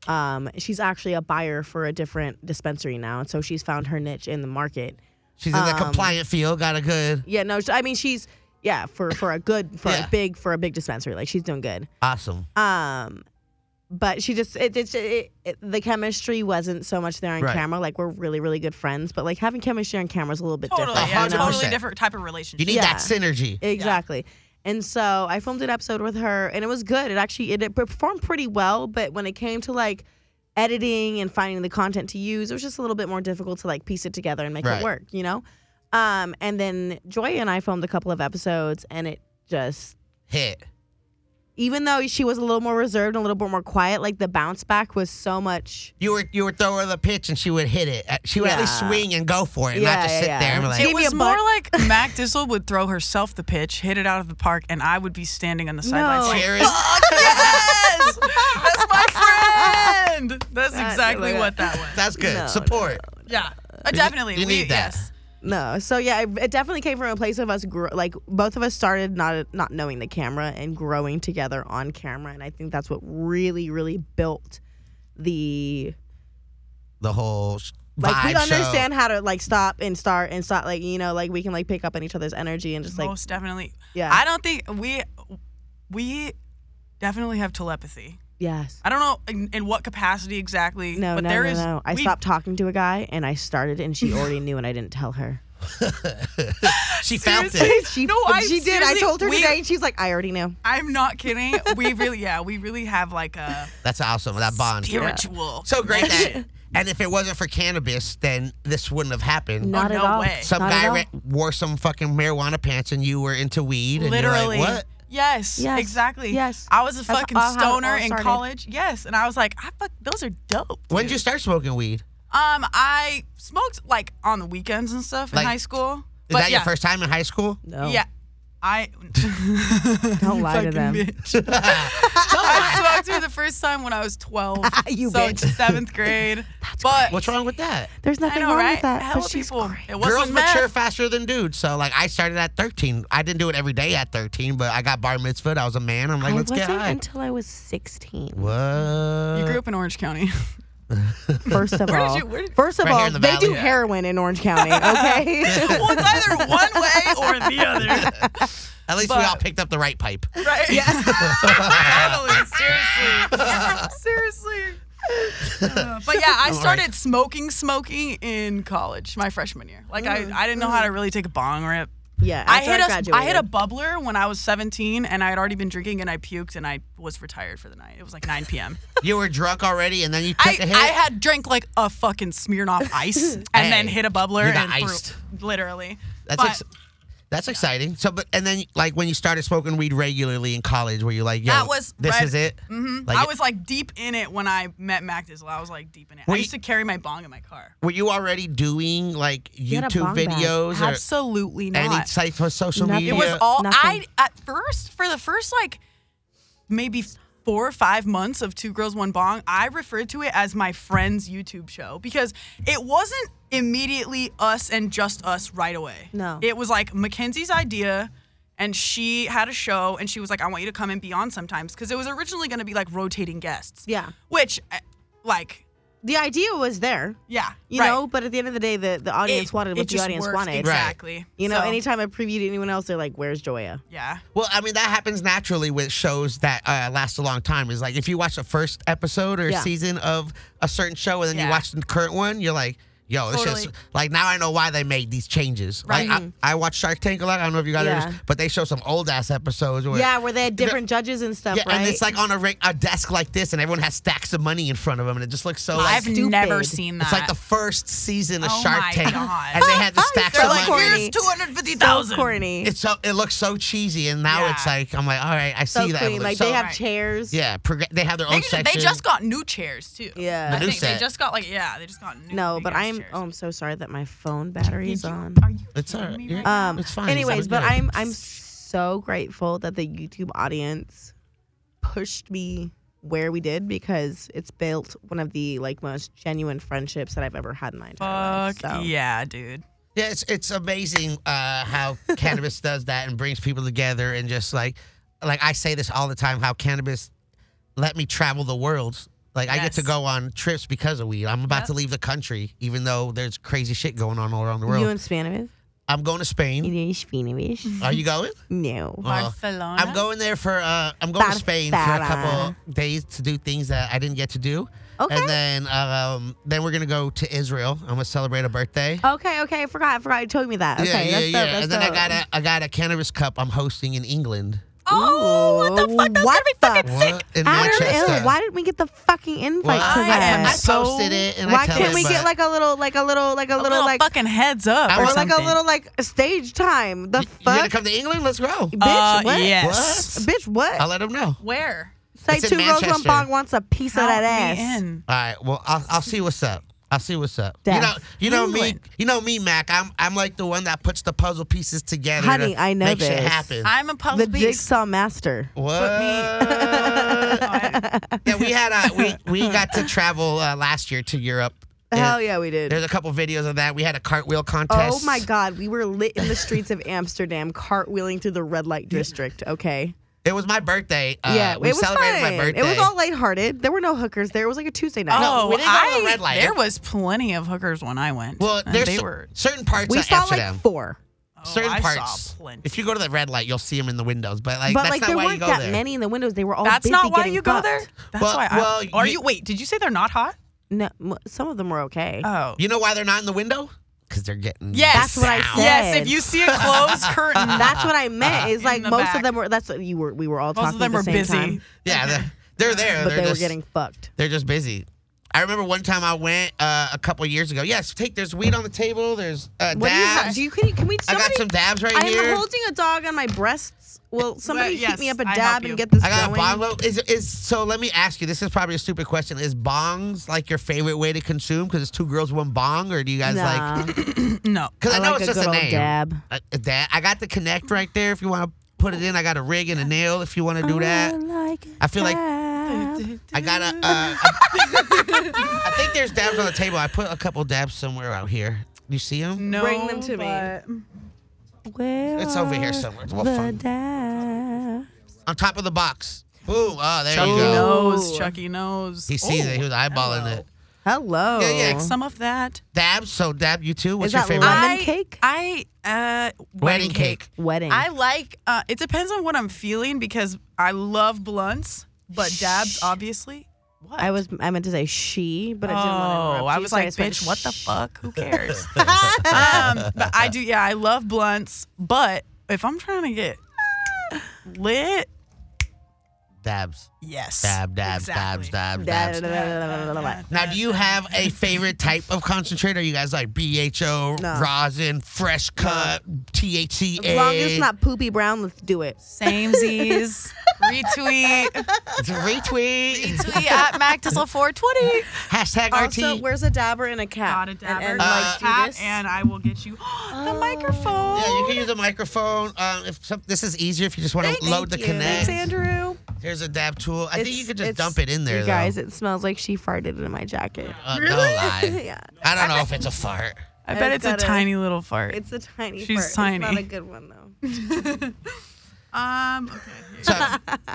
Speaker 3: Um, she's actually a buyer for a different dispensary now, and so she's found her niche in the market.
Speaker 2: She's in the
Speaker 3: Um,
Speaker 2: compliant field, got a good.
Speaker 3: Yeah, no, sh- I mean she's yeah for for a good for
Speaker 2: Yeah.
Speaker 3: a big for a big dispensary. Like she's doing good.
Speaker 2: Awesome.
Speaker 3: Um, but she just it, it, it, it the chemistry wasn't so much there on
Speaker 2: Right.
Speaker 3: camera. Like we're really really good friends, but like having chemistry on camera is a little bit
Speaker 4: totally,
Speaker 3: different.
Speaker 4: yeah,
Speaker 3: you know?
Speaker 4: totally
Speaker 2: 100%.
Speaker 4: different type of
Speaker 2: You
Speaker 4: relationship.
Speaker 2: need that
Speaker 3: Yeah.
Speaker 2: synergy.
Speaker 3: Exactly. And so I filmed an episode with her, and it was good. It actually it, it performed pretty well, but when it came to like editing and finding the content to use, it was just a little bit more difficult to like piece it together and make
Speaker 2: Right.
Speaker 3: it work, you know. Um, and then Joy and I filmed a couple of episodes, and it just
Speaker 2: Hit.
Speaker 3: even though she was a little more reserved and a little bit more quiet, like the bounce back was so much.
Speaker 2: You were you were throwing the pitch and she would hit it. Uh, She would at least
Speaker 3: Yeah.
Speaker 2: swing and go for it,
Speaker 3: Yeah,
Speaker 2: not just
Speaker 3: yeah,
Speaker 2: sit
Speaker 3: yeah.
Speaker 2: there and be
Speaker 3: Give
Speaker 2: like,
Speaker 3: me
Speaker 4: It was
Speaker 3: a
Speaker 4: more
Speaker 3: buck.
Speaker 4: like Mac Dissel would throw herself the pitch, hit it out of the park, and I would be standing on the sidelines. Like,
Speaker 2: Sharon.
Speaker 4: yes, that's my friend. That's exactly
Speaker 3: like
Speaker 4: what that was.
Speaker 2: That's good.
Speaker 3: No,
Speaker 2: Support.
Speaker 4: Yeah, Uh, definitely.
Speaker 2: you
Speaker 4: we,
Speaker 2: need that.
Speaker 4: Yes.
Speaker 3: No, so yeah, it, it definitely came from a place of us gr- like both of us started not not knowing the camera and growing together on camera, and I think that's what really really built the
Speaker 2: The whole sh-
Speaker 3: like
Speaker 2: vibe
Speaker 3: we
Speaker 2: show.
Speaker 3: understand how to like stop and start and start like you know like we can like pick up on each other's energy and just like
Speaker 4: Most definitely.
Speaker 3: yeah
Speaker 4: I don't think we we definitely have telepathy.
Speaker 3: yes
Speaker 4: I don't know in, in what capacity exactly.
Speaker 3: no
Speaker 4: but
Speaker 3: no
Speaker 4: there
Speaker 3: no
Speaker 4: is-
Speaker 3: no I
Speaker 4: we-
Speaker 3: stopped talking to a guy and I started and she already knew and I didn't tell her
Speaker 2: She felt
Speaker 4: Seriously.
Speaker 2: it.
Speaker 3: she
Speaker 4: No, I
Speaker 3: she did I
Speaker 4: seriously-
Speaker 3: told her
Speaker 4: we-
Speaker 3: today and she's like I already knew
Speaker 4: I'm not kidding. We really, yeah, we really have like a
Speaker 2: That's awesome. That bond.
Speaker 4: spiritual.
Speaker 2: So great that. And if it wasn't for cannabis, then this wouldn't have happened.
Speaker 3: not
Speaker 4: Oh, no
Speaker 3: at all
Speaker 4: way.
Speaker 2: Some
Speaker 3: not at
Speaker 2: guy
Speaker 3: all.
Speaker 2: ra- wore some fucking marijuana pants, and you were into weed. And
Speaker 4: Literally,
Speaker 2: you're like, what?
Speaker 4: Yes,
Speaker 3: Yes,
Speaker 4: exactly.
Speaker 3: yes.
Speaker 4: I was a
Speaker 3: That's
Speaker 4: fucking
Speaker 3: all how it all
Speaker 4: stoner in
Speaker 3: started.
Speaker 4: college. Yes, and I was like, I fuck, those are dope.
Speaker 2: When
Speaker 4: dude.
Speaker 2: did you start smoking weed?
Speaker 4: Um, I smoked like on the weekends and stuff in
Speaker 2: Like-
Speaker 4: high school.
Speaker 2: Is that your first time in high school?
Speaker 3: No.
Speaker 4: Yeah. I
Speaker 3: Don't lie to
Speaker 4: fucking
Speaker 3: them.
Speaker 4: bitch. I smoked for the first time when I was 12.
Speaker 3: You
Speaker 4: so
Speaker 3: bitch.
Speaker 4: seventh grade. but
Speaker 2: What's wrong with that?
Speaker 3: There's
Speaker 4: I
Speaker 3: nothing
Speaker 4: know,
Speaker 3: wrong
Speaker 4: right?
Speaker 3: with that.
Speaker 4: Hella
Speaker 3: but she's
Speaker 4: people.
Speaker 3: great.
Speaker 4: It wasn't
Speaker 2: Girls
Speaker 4: meth.
Speaker 2: mature faster than dudes. So like I started at 13. I didn't do it every day at 13, but I got bar mitzvahed. I was a man. I'm like,
Speaker 3: I
Speaker 2: let's
Speaker 3: wasn't
Speaker 2: get high.
Speaker 3: until I was 16.
Speaker 2: what?
Speaker 4: You grew up in Orange County.
Speaker 3: First of
Speaker 4: Where did
Speaker 3: all,
Speaker 4: you- where did-
Speaker 3: first of
Speaker 2: Right here
Speaker 3: all,
Speaker 2: in the
Speaker 3: they do
Speaker 2: valley.
Speaker 3: heroin in Orange County. Okay.
Speaker 4: well, it's either one way or the other,
Speaker 2: At least we
Speaker 4: but-
Speaker 2: all picked up the right pipe.
Speaker 4: right? Yeah. Natalie, seriously, seriously. Uh, but yeah, I
Speaker 2: All
Speaker 4: started
Speaker 2: right.
Speaker 4: smoking, smoking in college, my freshman year. Like I, I didn't know how to really take a bong rip.
Speaker 3: yeah.
Speaker 4: Mm. I
Speaker 3: after
Speaker 4: hit a,
Speaker 3: graduated.
Speaker 4: I hit a bubbler when I was 17, and I had already been drinking, and I puked, and I was retired for the night. It was like 9 p.m.
Speaker 2: You were drunk already, and then you took
Speaker 4: I,
Speaker 2: a hit.
Speaker 4: I had drank like a fucking Smirnoff Ice, and then
Speaker 2: Hey,
Speaker 4: hit a bubbler
Speaker 2: you got
Speaker 4: and threw-
Speaker 2: iced.
Speaker 4: literally.
Speaker 2: That's
Speaker 4: But
Speaker 2: ex- that's exciting. So, but and then like when you started smoking weed regularly in college, were you like, yo,
Speaker 4: That was
Speaker 2: this
Speaker 4: right-
Speaker 2: is it?
Speaker 4: mhm.
Speaker 2: Like,
Speaker 4: I was like deep in it when I met Mac Dizzle. I was like deep in it. I
Speaker 2: Were you-
Speaker 4: used to carry my bong in my car.
Speaker 2: Were you already doing like
Speaker 3: had a
Speaker 2: YouTube
Speaker 3: bong bag.
Speaker 2: videos or
Speaker 4: Absolutely not.
Speaker 2: any type of social
Speaker 3: Nothing.
Speaker 4: It
Speaker 2: media?
Speaker 4: was all
Speaker 3: Nothing.
Speaker 4: I at first for the first like maybe four or five months of Two Girls One Bong, I referred to it as my friend's YouTube show because it wasn't immediately us and just us right away.
Speaker 3: No.
Speaker 4: It was like Mackenzie's idea and she had a show and she was like, I want you to come and be on sometimes because it was originally gonna be like rotating guests.
Speaker 3: Yeah.
Speaker 4: Which eh, like
Speaker 3: The idea was there,
Speaker 4: yeah.
Speaker 3: you
Speaker 4: right.
Speaker 3: know, but at the end of the day, the, the audience
Speaker 4: It-
Speaker 3: wanted
Speaker 4: it
Speaker 3: what the
Speaker 4: just
Speaker 3: audience
Speaker 4: worked
Speaker 3: wanted.
Speaker 2: Right.
Speaker 4: Exactly.
Speaker 3: You know,
Speaker 4: So,
Speaker 3: anytime I previewed anyone else, they're like, "Where's Joya?"
Speaker 4: Yeah.
Speaker 2: Well, I mean that happens naturally with shows that uh, last a long time. Is like if you watch the first episode or
Speaker 3: Yeah.
Speaker 2: season of a certain show and then you
Speaker 4: Yeah.
Speaker 2: watch the current one, you're like, yo, this is
Speaker 4: Totally.
Speaker 2: like now I know why they made these changes. Like
Speaker 4: Right.
Speaker 2: I, I watch Shark Tank a lot. I don't know if you guys,
Speaker 3: Yeah.
Speaker 2: ever, but they show some old ass episodes. Where,
Speaker 3: Yeah, where they had different judges and stuff,
Speaker 2: Yeah,
Speaker 3: right?
Speaker 2: and it's like on a, ra- a desk like this, and everyone has stacks of money in front of them, and it just looks so. like,
Speaker 4: I've never
Speaker 3: stupid.
Speaker 4: seen that.
Speaker 2: It's like the first season of
Speaker 4: Oh
Speaker 2: Shark
Speaker 4: my
Speaker 2: Tank,
Speaker 4: God.
Speaker 2: and they had the stacks
Speaker 3: So
Speaker 2: of
Speaker 3: like
Speaker 2: money.
Speaker 3: corny.
Speaker 4: Here's two hundred fifty
Speaker 3: so
Speaker 4: thousand.
Speaker 3: corny,
Speaker 2: It's so it looks so cheesy, and now
Speaker 4: Yeah.
Speaker 2: it's like I'm like, all right, I
Speaker 3: so
Speaker 2: see that.
Speaker 3: clean.
Speaker 2: evolution.
Speaker 3: Like
Speaker 2: So-
Speaker 3: they have
Speaker 4: right.
Speaker 3: chairs.
Speaker 2: yeah, prog- they have their
Speaker 4: They
Speaker 2: own
Speaker 4: just,
Speaker 2: section.
Speaker 4: they just got new chairs too.
Speaker 3: Yeah.
Speaker 4: I
Speaker 2: The new
Speaker 4: think they
Speaker 2: set.
Speaker 4: just got like yeah, they just got new.
Speaker 3: No,
Speaker 4: big
Speaker 3: but
Speaker 4: ass
Speaker 3: I'm.
Speaker 4: chairs.
Speaker 3: Oh, I'm so sorry that my phone battery's
Speaker 4: Did you-
Speaker 3: on.
Speaker 4: Are you?
Speaker 2: It's
Speaker 4: kidding
Speaker 2: alright.
Speaker 4: me
Speaker 2: You're-
Speaker 4: right now?
Speaker 3: Um,
Speaker 2: It's fine. It's
Speaker 3: Anyways,
Speaker 2: all
Speaker 3: but
Speaker 2: good.
Speaker 3: I'm I'm so grateful that the YouTube audience pushed me where we did because it's built one of the like most genuine friendships that I've ever had in my entire
Speaker 4: Fuck
Speaker 3: life. So.
Speaker 4: yeah, dude.
Speaker 2: yeah, it's it's amazing uh, how cannabis does that and brings people together and just like like I say this all the time how cannabis let me travel the world. Like I get to
Speaker 4: Yes.
Speaker 2: go on trips because of weed. I'm about
Speaker 4: Yep.
Speaker 2: to leave the country, even though there's crazy shit going on all around the world.
Speaker 3: You in Spanish?
Speaker 2: I'm going to
Speaker 3: You
Speaker 2: Spain.
Speaker 3: in Spanish?
Speaker 2: Are you going?
Speaker 3: No.
Speaker 2: Uh,
Speaker 4: Barcelona.
Speaker 2: I'm going there for uh, I'm going to Spain for a couple days to do things that I didn't get to do.
Speaker 3: Okay.
Speaker 2: And then um, then we're gonna go to Israel. I'm gonna celebrate a birthday.
Speaker 3: Okay, okay, I forgot, I forgot you told me that. Oh, Okay,
Speaker 2: yeah, yeah,
Speaker 3: that's
Speaker 2: yeah.
Speaker 3: dope, that's
Speaker 2: and then I
Speaker 3: dope.
Speaker 2: got a I got a cannabis cup I'm hosting in England.
Speaker 4: Oh, what the fuck? That's
Speaker 3: What
Speaker 4: gonna be
Speaker 3: the
Speaker 4: fucking sick.
Speaker 2: In
Speaker 3: Adam
Speaker 2: Manchester.
Speaker 3: Ill, why didn't we get the fucking invite
Speaker 2: Well,
Speaker 3: to
Speaker 4: I
Speaker 3: that?
Speaker 4: am
Speaker 2: I
Speaker 4: so-
Speaker 2: posted it and I
Speaker 3: why
Speaker 2: tell
Speaker 3: can't
Speaker 2: it,
Speaker 3: we
Speaker 2: but
Speaker 3: get like a little, like a little, like a,
Speaker 4: A
Speaker 3: little, like,
Speaker 4: fucking heads up
Speaker 2: I
Speaker 4: or
Speaker 2: want-
Speaker 3: or like a
Speaker 4: something.
Speaker 3: little, like stage time? The
Speaker 2: you gonna
Speaker 3: fuck,
Speaker 2: come to England? Let's go.
Speaker 4: Uh,
Speaker 3: bitch! What?
Speaker 4: yes.
Speaker 2: What?
Speaker 3: Bitch, what?
Speaker 2: I'll let them know.
Speaker 4: Where?
Speaker 3: Say
Speaker 2: It's in
Speaker 3: two girls, one
Speaker 2: Manchester.
Speaker 3: bong wants a piece of that
Speaker 4: Count me
Speaker 3: ass.
Speaker 4: in.
Speaker 2: All right. Well, I'll, I'll see what's up. I'll see what's up. You
Speaker 3: Death.
Speaker 2: know, you know
Speaker 4: England.
Speaker 2: me. You know me, Mac. I'm I'm like the one that puts the puzzle pieces together.
Speaker 3: Honey,
Speaker 2: to
Speaker 3: I know
Speaker 2: make shit
Speaker 3: this.
Speaker 2: happen.
Speaker 4: I'm a puzzle
Speaker 3: The
Speaker 4: piece.
Speaker 3: jigsaw master.
Speaker 2: what?
Speaker 4: Alright.
Speaker 2: yeah, we had uh, we we got to travel uh, last year to Europe.
Speaker 3: Hell
Speaker 2: And
Speaker 3: Oh, yeah, we did.
Speaker 2: There's a couple videos of that. We had a cartwheel contest.
Speaker 3: Oh my god, we were lit in the streets of Amsterdam, cartwheeling through the red light district. Okay.
Speaker 2: It was my birthday. Uh,
Speaker 3: yeah,
Speaker 2: we
Speaker 3: it was
Speaker 2: celebrated
Speaker 3: fun.
Speaker 2: my birthday.
Speaker 3: It was all lighthearted. There were no hookers there. It was like a Tuesday night.
Speaker 4: Oh,
Speaker 2: we didn't go to the
Speaker 4: I,
Speaker 2: red light.
Speaker 4: there was plenty of hookers when I went.
Speaker 2: well.
Speaker 4: and
Speaker 2: There's
Speaker 4: they
Speaker 2: cer-
Speaker 4: were.
Speaker 2: certain parts
Speaker 3: we
Speaker 2: of
Speaker 3: saw
Speaker 2: Amsterdam.
Speaker 3: like four.
Speaker 4: Oh,
Speaker 2: certain
Speaker 4: I
Speaker 2: parts.
Speaker 4: Saw plenty.
Speaker 2: If you go to the red light, you'll see them in the windows. But like,
Speaker 3: but
Speaker 2: that's
Speaker 3: like
Speaker 2: not
Speaker 3: there
Speaker 2: why you
Speaker 3: weren't
Speaker 2: go
Speaker 3: that
Speaker 2: there.
Speaker 3: many in the windows. They were all
Speaker 4: That's
Speaker 3: busy
Speaker 4: not why
Speaker 3: getting
Speaker 4: you go
Speaker 3: fucked.
Speaker 4: there. That's
Speaker 2: Well-
Speaker 4: why. I,
Speaker 2: well,
Speaker 4: are
Speaker 2: you-
Speaker 4: you, Wait, did you say they're not hot?
Speaker 3: No, m- some of them were okay.
Speaker 4: Oh,
Speaker 2: You know why they're not in the window? Because they're getting
Speaker 4: Yes.
Speaker 3: That's what I
Speaker 2: sound.
Speaker 3: said.
Speaker 4: yes. If you see a closed curtain,
Speaker 3: That's what I meant. Is
Speaker 4: In
Speaker 3: like
Speaker 4: the
Speaker 3: most
Speaker 4: back.
Speaker 3: of them were. That's what you were. We were all
Speaker 4: most
Speaker 3: talking
Speaker 4: of them
Speaker 3: at
Speaker 4: were
Speaker 3: the same
Speaker 4: busy.
Speaker 3: time,
Speaker 2: Yeah, they're, they're there.
Speaker 3: but
Speaker 2: they're
Speaker 3: they
Speaker 2: just,
Speaker 3: were getting fucked.
Speaker 2: They're just busy. I remember one time I went uh, a couple years ago. Yes, take there's weed on the table. There's uh,
Speaker 3: What do you,
Speaker 2: dabs.
Speaker 3: do you can, you- can we?
Speaker 2: I
Speaker 3: Somebody,
Speaker 2: got some dabs right
Speaker 3: I'm
Speaker 2: here.
Speaker 3: holding a dog on my breasts. Will somebody
Speaker 4: yes,
Speaker 3: heat me up a
Speaker 4: I help
Speaker 3: dab
Speaker 4: you.
Speaker 3: and get this
Speaker 2: I got
Speaker 3: going?
Speaker 2: a bongo. Is is so? Let me ask you. This is probably a stupid question. Is bongs like your favorite way to consume? Because it's two girls, one bong, or do you guys
Speaker 3: Nah.
Speaker 2: like?
Speaker 4: No.
Speaker 2: Because I,
Speaker 3: I
Speaker 2: know
Speaker 3: like
Speaker 2: it's
Speaker 3: a
Speaker 2: just a
Speaker 3: good old
Speaker 2: name.
Speaker 3: dab.
Speaker 2: I, that I got the connect right there. If you want to put it in, I got a rig and a nail. If you want to do that, I feel like I got a. Uh, a- I think there's dabs on the table. I put a couple dabs somewhere out here. You see them?
Speaker 4: No,
Speaker 3: Bring them to me.
Speaker 4: but-
Speaker 2: It's over here somewhere. Well, fun. On top of the box. Boom. Oh, there
Speaker 4: Chucky
Speaker 2: you go.
Speaker 4: knows. Chucky knows.
Speaker 2: He sees
Speaker 4: Oh,
Speaker 2: it. He was eyeballing it.
Speaker 3: Hello.
Speaker 2: Yeah, yeah,
Speaker 4: Some of that.
Speaker 2: Dabs. So dab you too. What's
Speaker 3: Is
Speaker 2: your
Speaker 3: that
Speaker 2: favorite?
Speaker 3: lemon
Speaker 4: I,
Speaker 3: cake?
Speaker 4: I uh wedding,
Speaker 2: Wedding cake.
Speaker 3: Wedding.
Speaker 4: I like uh it depends on what I'm feeling because I love blunts, but dabs obviously. What?
Speaker 3: I was. I meant to say she, but I didn't want to
Speaker 4: Oh,
Speaker 3: interrupt
Speaker 4: I
Speaker 3: you,
Speaker 4: was
Speaker 3: so
Speaker 4: like,
Speaker 3: just went,
Speaker 4: bitch, what the
Speaker 3: "Shh."
Speaker 4: fuck? Who cares? um, but I do, yeah, I love blunts, but if I'm trying to get lit,
Speaker 2: Dabs.
Speaker 4: yes.
Speaker 2: Dab. Dabs.
Speaker 4: Exactly.
Speaker 2: Dabs. Dabs.
Speaker 3: Da-
Speaker 2: Dabs.
Speaker 3: da- da- da- da- da- da- da.
Speaker 2: Now, do you have a favorite type of concentrate? Are you guys like BHO,
Speaker 3: No.
Speaker 2: rosin, fresh cut, THCA?
Speaker 3: As long as it's not poopy brown, let's do it.
Speaker 5: Same Z's.
Speaker 4: Retweet.
Speaker 2: It's a retweet.
Speaker 5: Tweet at MacDizzle 420.
Speaker 2: Hashtag
Speaker 3: Also,
Speaker 2: RT.
Speaker 3: where's a dabber and a cap?
Speaker 4: Got a dabber.
Speaker 3: And, and
Speaker 2: Uh,
Speaker 3: like, do this. Oh.
Speaker 4: and I will get you the microphone.
Speaker 2: Yeah, you can use a microphone. Um, if some, this is easier, if you just want to load the
Speaker 3: you.
Speaker 2: connect,
Speaker 3: Thanks,
Speaker 4: Andrew.
Speaker 2: here's a dab tool. I think you
Speaker 3: It's-
Speaker 2: could just
Speaker 3: it's-
Speaker 2: dump it in there,
Speaker 3: You
Speaker 2: though.
Speaker 3: guys, it smells like she farted in my jacket.
Speaker 2: Uh, No lie.
Speaker 3: yeah,
Speaker 2: I don't know if it's a fart.
Speaker 4: I bet
Speaker 3: I've
Speaker 4: it's a
Speaker 3: got a-
Speaker 4: tiny little fart.
Speaker 3: it's a tiny.
Speaker 4: She's
Speaker 3: fart. It's not
Speaker 4: tiny.
Speaker 3: a good one though.
Speaker 4: Um, okay.
Speaker 2: So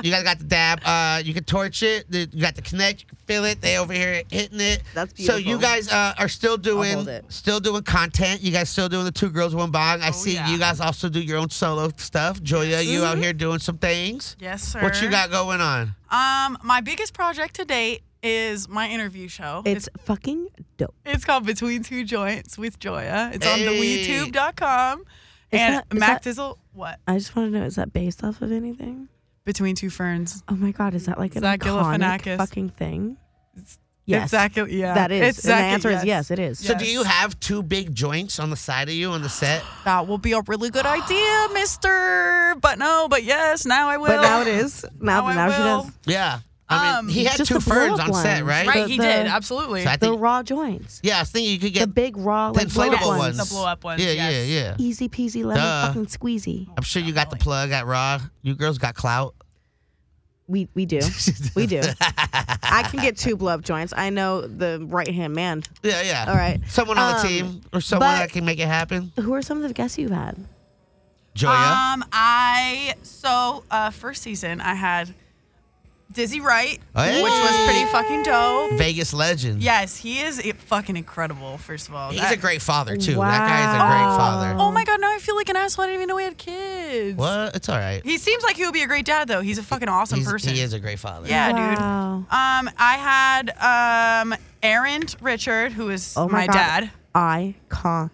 Speaker 2: you guys got the dab. Uh, you can torch it. The- You got the connect. You can feel it. They over here hitting it.
Speaker 3: That's
Speaker 2: So you
Speaker 3: beautiful.
Speaker 2: guys uh, are still doing
Speaker 3: hold it.
Speaker 2: still doing content. You guys still doing the two girls one bong. I
Speaker 3: Oh,
Speaker 2: see
Speaker 4: yeah.
Speaker 2: you guys also do your own solo stuff. Joya, you
Speaker 3: Mm-hmm.
Speaker 2: out here doing some things.
Speaker 4: Yes, sir.
Speaker 2: What you got going on?
Speaker 4: Um, my biggest project to date is my interview show.
Speaker 3: It's fucking dope.
Speaker 4: It's called Between Two Joints with Joya. It's on
Speaker 2: Hey.
Speaker 4: the WeTube.com. And
Speaker 3: that- is
Speaker 4: Mac
Speaker 3: that-
Speaker 4: Dizzle, what?
Speaker 3: I just want to know: is that based off of anything?
Speaker 4: Between Two Ferns.
Speaker 3: Oh my god, is that like an
Speaker 4: Zach
Speaker 3: iconic
Speaker 4: Galifianakis.
Speaker 3: fucking thing? Yes,
Speaker 4: Exactly. Yeah.
Speaker 3: that is.
Speaker 4: It's
Speaker 3: and the
Speaker 4: Zach-
Speaker 3: answer is yes, it is.
Speaker 2: So do you have two big joints on the side of you on the set?
Speaker 4: That will be a really good idea, mister. But no, but yes, now I will.
Speaker 3: But now it is. Now,
Speaker 4: Now I
Speaker 3: now she
Speaker 4: will.
Speaker 3: does.
Speaker 2: Yeah. I
Speaker 4: Um,
Speaker 2: mean, he had
Speaker 3: just
Speaker 2: two
Speaker 3: the blow-up
Speaker 2: ferns on set,
Speaker 3: ones.
Speaker 2: right?
Speaker 4: Right,
Speaker 3: The-
Speaker 4: he
Speaker 3: the-
Speaker 4: did. Absolutely.
Speaker 2: So I
Speaker 3: The
Speaker 2: think,
Speaker 3: raw joints,
Speaker 2: yeah, I was thinking you could
Speaker 3: the
Speaker 2: get
Speaker 3: big raw,
Speaker 2: the
Speaker 3: like blow-up
Speaker 2: inflatable
Speaker 4: ones.
Speaker 2: ones.
Speaker 4: The blow-up ones,
Speaker 2: Yeah,
Speaker 4: yes.
Speaker 2: yeah, yeah.
Speaker 3: Easy peasy lemon
Speaker 2: Duh.
Speaker 3: fucking squeezy.
Speaker 2: I'm sure you got the plug at Raw. You girls got clout.
Speaker 3: We we do. we do. I can get two blow up joints. I know the right hand man.
Speaker 2: Yeah, yeah.
Speaker 3: All right.
Speaker 2: Someone on the
Speaker 3: Um,
Speaker 2: team or someone
Speaker 3: but-
Speaker 2: that can make it happen.
Speaker 3: Who are some of the guests you've had?
Speaker 2: Joya.
Speaker 4: Um, I so uh first season I had Dizzy Wright,
Speaker 2: Hey.
Speaker 4: which was pretty fucking dope.
Speaker 2: Vegas legend.
Speaker 4: Yes, he is i- fucking incredible. First of all,
Speaker 2: He's
Speaker 4: That-
Speaker 2: a great father too. That guy is a great
Speaker 3: Wow.
Speaker 2: father.
Speaker 4: Oh my god, now I feel like an asshole. I didn't even know he had kids.
Speaker 2: What? It's all right.
Speaker 4: He seems like he would be a great dad though. He's a fucking awesome
Speaker 2: He's-
Speaker 4: person.
Speaker 2: He is a great father.
Speaker 4: Yeah, dude.
Speaker 3: wow.
Speaker 4: Um, I had um Aaron Richard, who is
Speaker 3: Oh my,
Speaker 4: my,
Speaker 3: God.
Speaker 4: dad.
Speaker 3: Iconic.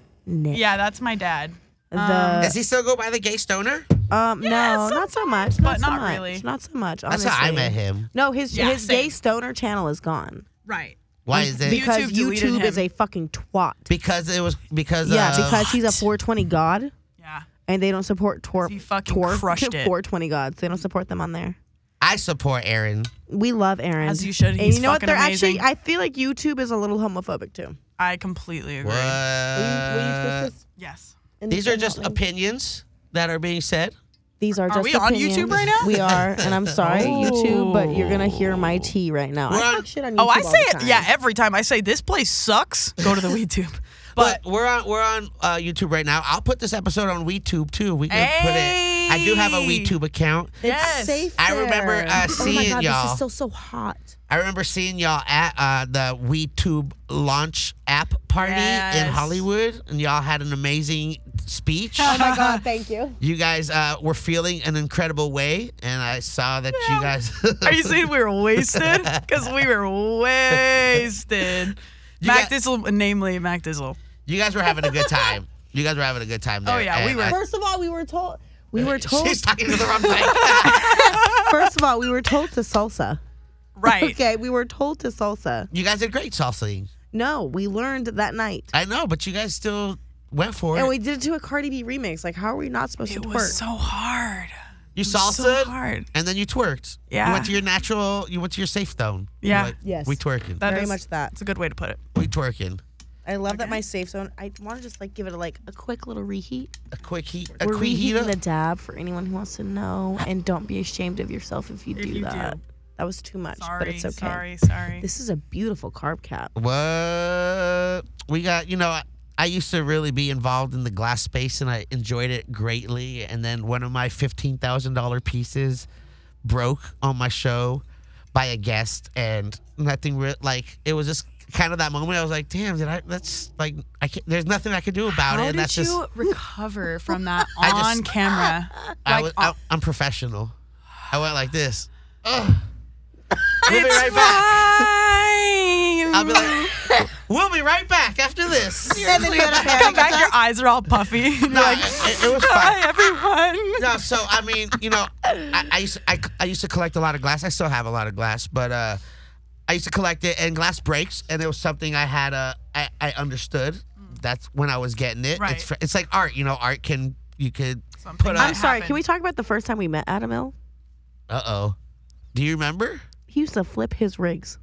Speaker 4: Yeah, that's my dad.
Speaker 3: The
Speaker 2: Does he still go by the gay stoner?
Speaker 3: um no, not so much. Not
Speaker 4: but
Speaker 3: so
Speaker 4: not
Speaker 3: much.
Speaker 4: really.
Speaker 3: Not so much.
Speaker 2: That's
Speaker 3: Honestly.
Speaker 2: how I met him.
Speaker 3: No, his
Speaker 4: Yeah,
Speaker 3: his gay
Speaker 4: same.
Speaker 3: stoner channel is gone
Speaker 4: Right.
Speaker 2: Why is it?
Speaker 4: Because-
Speaker 3: because
Speaker 4: deleted
Speaker 3: YouTube
Speaker 4: him.
Speaker 3: is a fucking twat.
Speaker 2: Because it was because
Speaker 3: yeah,
Speaker 2: of-
Speaker 3: because he's a 420 god.
Speaker 4: Yeah.
Speaker 3: And they don't support Tor.
Speaker 4: He fucking crushed it.
Speaker 3: 420 gods. They don't support them on there.
Speaker 2: I support Aaron.
Speaker 3: We love Aaron.
Speaker 4: As you should.
Speaker 3: And
Speaker 4: He's
Speaker 3: you know what?
Speaker 4: fucking
Speaker 3: They're
Speaker 4: amazing.
Speaker 3: actually. I feel like YouTube is a little homophobic too.
Speaker 4: I completely agree.
Speaker 2: What?
Speaker 4: Yes.
Speaker 2: These are just opinions that are being said.
Speaker 3: These are
Speaker 4: Are
Speaker 3: just.
Speaker 4: we on YouTube
Speaker 3: opinions.
Speaker 4: right now? Oh.
Speaker 3: We are, and I'm sorry, YouTube, but you're gonna hear my tea right now.
Speaker 2: We're
Speaker 3: I
Speaker 2: on-
Speaker 3: talk shit on YouTube
Speaker 4: Oh,
Speaker 3: all
Speaker 4: I say
Speaker 3: the
Speaker 4: it.
Speaker 3: time.
Speaker 4: Yeah, every time I say this place sucks, go to the WeTube. But
Speaker 2: But we're on we're on uh, YouTube right now. I'll put this episode on WeTube too. We can put it. I do have a
Speaker 4: Hey!
Speaker 2: WeTube account.
Speaker 3: It's
Speaker 4: Yes.
Speaker 3: safe.
Speaker 2: I remember,
Speaker 3: there.
Speaker 2: uh,
Speaker 3: Oh my
Speaker 2: seeing
Speaker 3: god, this
Speaker 2: y'all.
Speaker 3: is still so hot.
Speaker 2: I remember seeing y'all at uh, the WeTube launch app party in
Speaker 4: Yes.
Speaker 2: Hollywood, and y'all had an amazing speech.
Speaker 3: Oh my
Speaker 2: Uh,
Speaker 3: god, thank you.
Speaker 2: you guys uh, were feeling an incredible way, and I saw that you guys.
Speaker 4: are you saying we were wasted? Because we were wasted. Mac
Speaker 2: got-
Speaker 4: Dizzle, namely Mac Dizzle.
Speaker 2: you guys were having a good time. You guys were having a good time there.
Speaker 4: Oh, yeah, we
Speaker 2: and
Speaker 4: were.
Speaker 2: I-
Speaker 3: First of all, we were told. We were told.
Speaker 2: She's talking to the wrong mic.
Speaker 3: First of all, we were told to salsa.
Speaker 4: Right.
Speaker 3: Okay, we were told to salsa.
Speaker 2: You guys did great salsa.
Speaker 3: No, we learned that night.
Speaker 2: I know, but you guys still went for it.
Speaker 3: And we did it to a Cardi B remix. Like, how are we not supposed
Speaker 4: It
Speaker 3: to
Speaker 4: was
Speaker 3: work?
Speaker 4: so hard.
Speaker 2: you
Speaker 4: so
Speaker 2: salsa
Speaker 4: hard.
Speaker 2: and then you twerked. You
Speaker 4: Yeah.
Speaker 2: went to your natural. You went to your safe zone. You're
Speaker 4: Yeah.
Speaker 2: like,
Speaker 3: Yes.
Speaker 2: We twerking.
Speaker 4: That
Speaker 3: Very
Speaker 4: is-
Speaker 3: much that.
Speaker 4: It's a good way to put it.
Speaker 2: we twerking.
Speaker 3: I love that my safe zone. I want to just like give it a, like a quick little reheat.
Speaker 2: A quick heat. A
Speaker 3: We're
Speaker 2: quick heat.
Speaker 3: reheating the dab for anyone who wants to know, and don't be ashamed of yourself if you
Speaker 4: If
Speaker 3: do
Speaker 4: you
Speaker 3: that.
Speaker 4: do.
Speaker 3: That was too much,
Speaker 4: Sorry.
Speaker 3: but it's okay.
Speaker 4: Sorry. Sorry.
Speaker 3: This is a beautiful carb cap.
Speaker 2: What we got, you know, I, I used to really be involved in the glass space and I enjoyed it greatly. And then one of my fifteen thousand dollar pieces broke on my show by a guest, and nothing re- like it was just kind of that moment. I was like, damn, did I? That's like I can't. There's nothing I can do about
Speaker 4: How
Speaker 2: it.
Speaker 4: did
Speaker 2: And that's
Speaker 4: you
Speaker 2: just
Speaker 4: recover from that
Speaker 2: I just-
Speaker 4: on camera?
Speaker 2: I
Speaker 4: like,
Speaker 2: was, I,
Speaker 4: uh,
Speaker 2: I'm professional. I went like this. Ugh. We'll be
Speaker 4: it's
Speaker 2: right back.
Speaker 4: fine.
Speaker 2: I'll be like,
Speaker 4: Mm-hmm.
Speaker 2: we'll be right back after this.
Speaker 4: Come back, your eyes are all puffy. You're
Speaker 2: No,
Speaker 4: like,
Speaker 2: it- it was fine.
Speaker 4: hi everyone.
Speaker 2: No, so I mean, you know, I, I used to, I, I used to collect a lot of glass. I still have a lot of glass, but uh, I used to collect it, and glass breaks, and it was something I had uh, I, I understood. That's when I was getting it.
Speaker 4: Right.
Speaker 2: It's fr- it's like art, you know. Art can you could
Speaker 4: Something
Speaker 2: put
Speaker 4: that
Speaker 2: up.
Speaker 3: I'm sorry. Can
Speaker 4: happened.
Speaker 3: we talk about the first time we met Adam Hill?
Speaker 2: Uh oh, do you remember?
Speaker 3: He used to flip his rigs.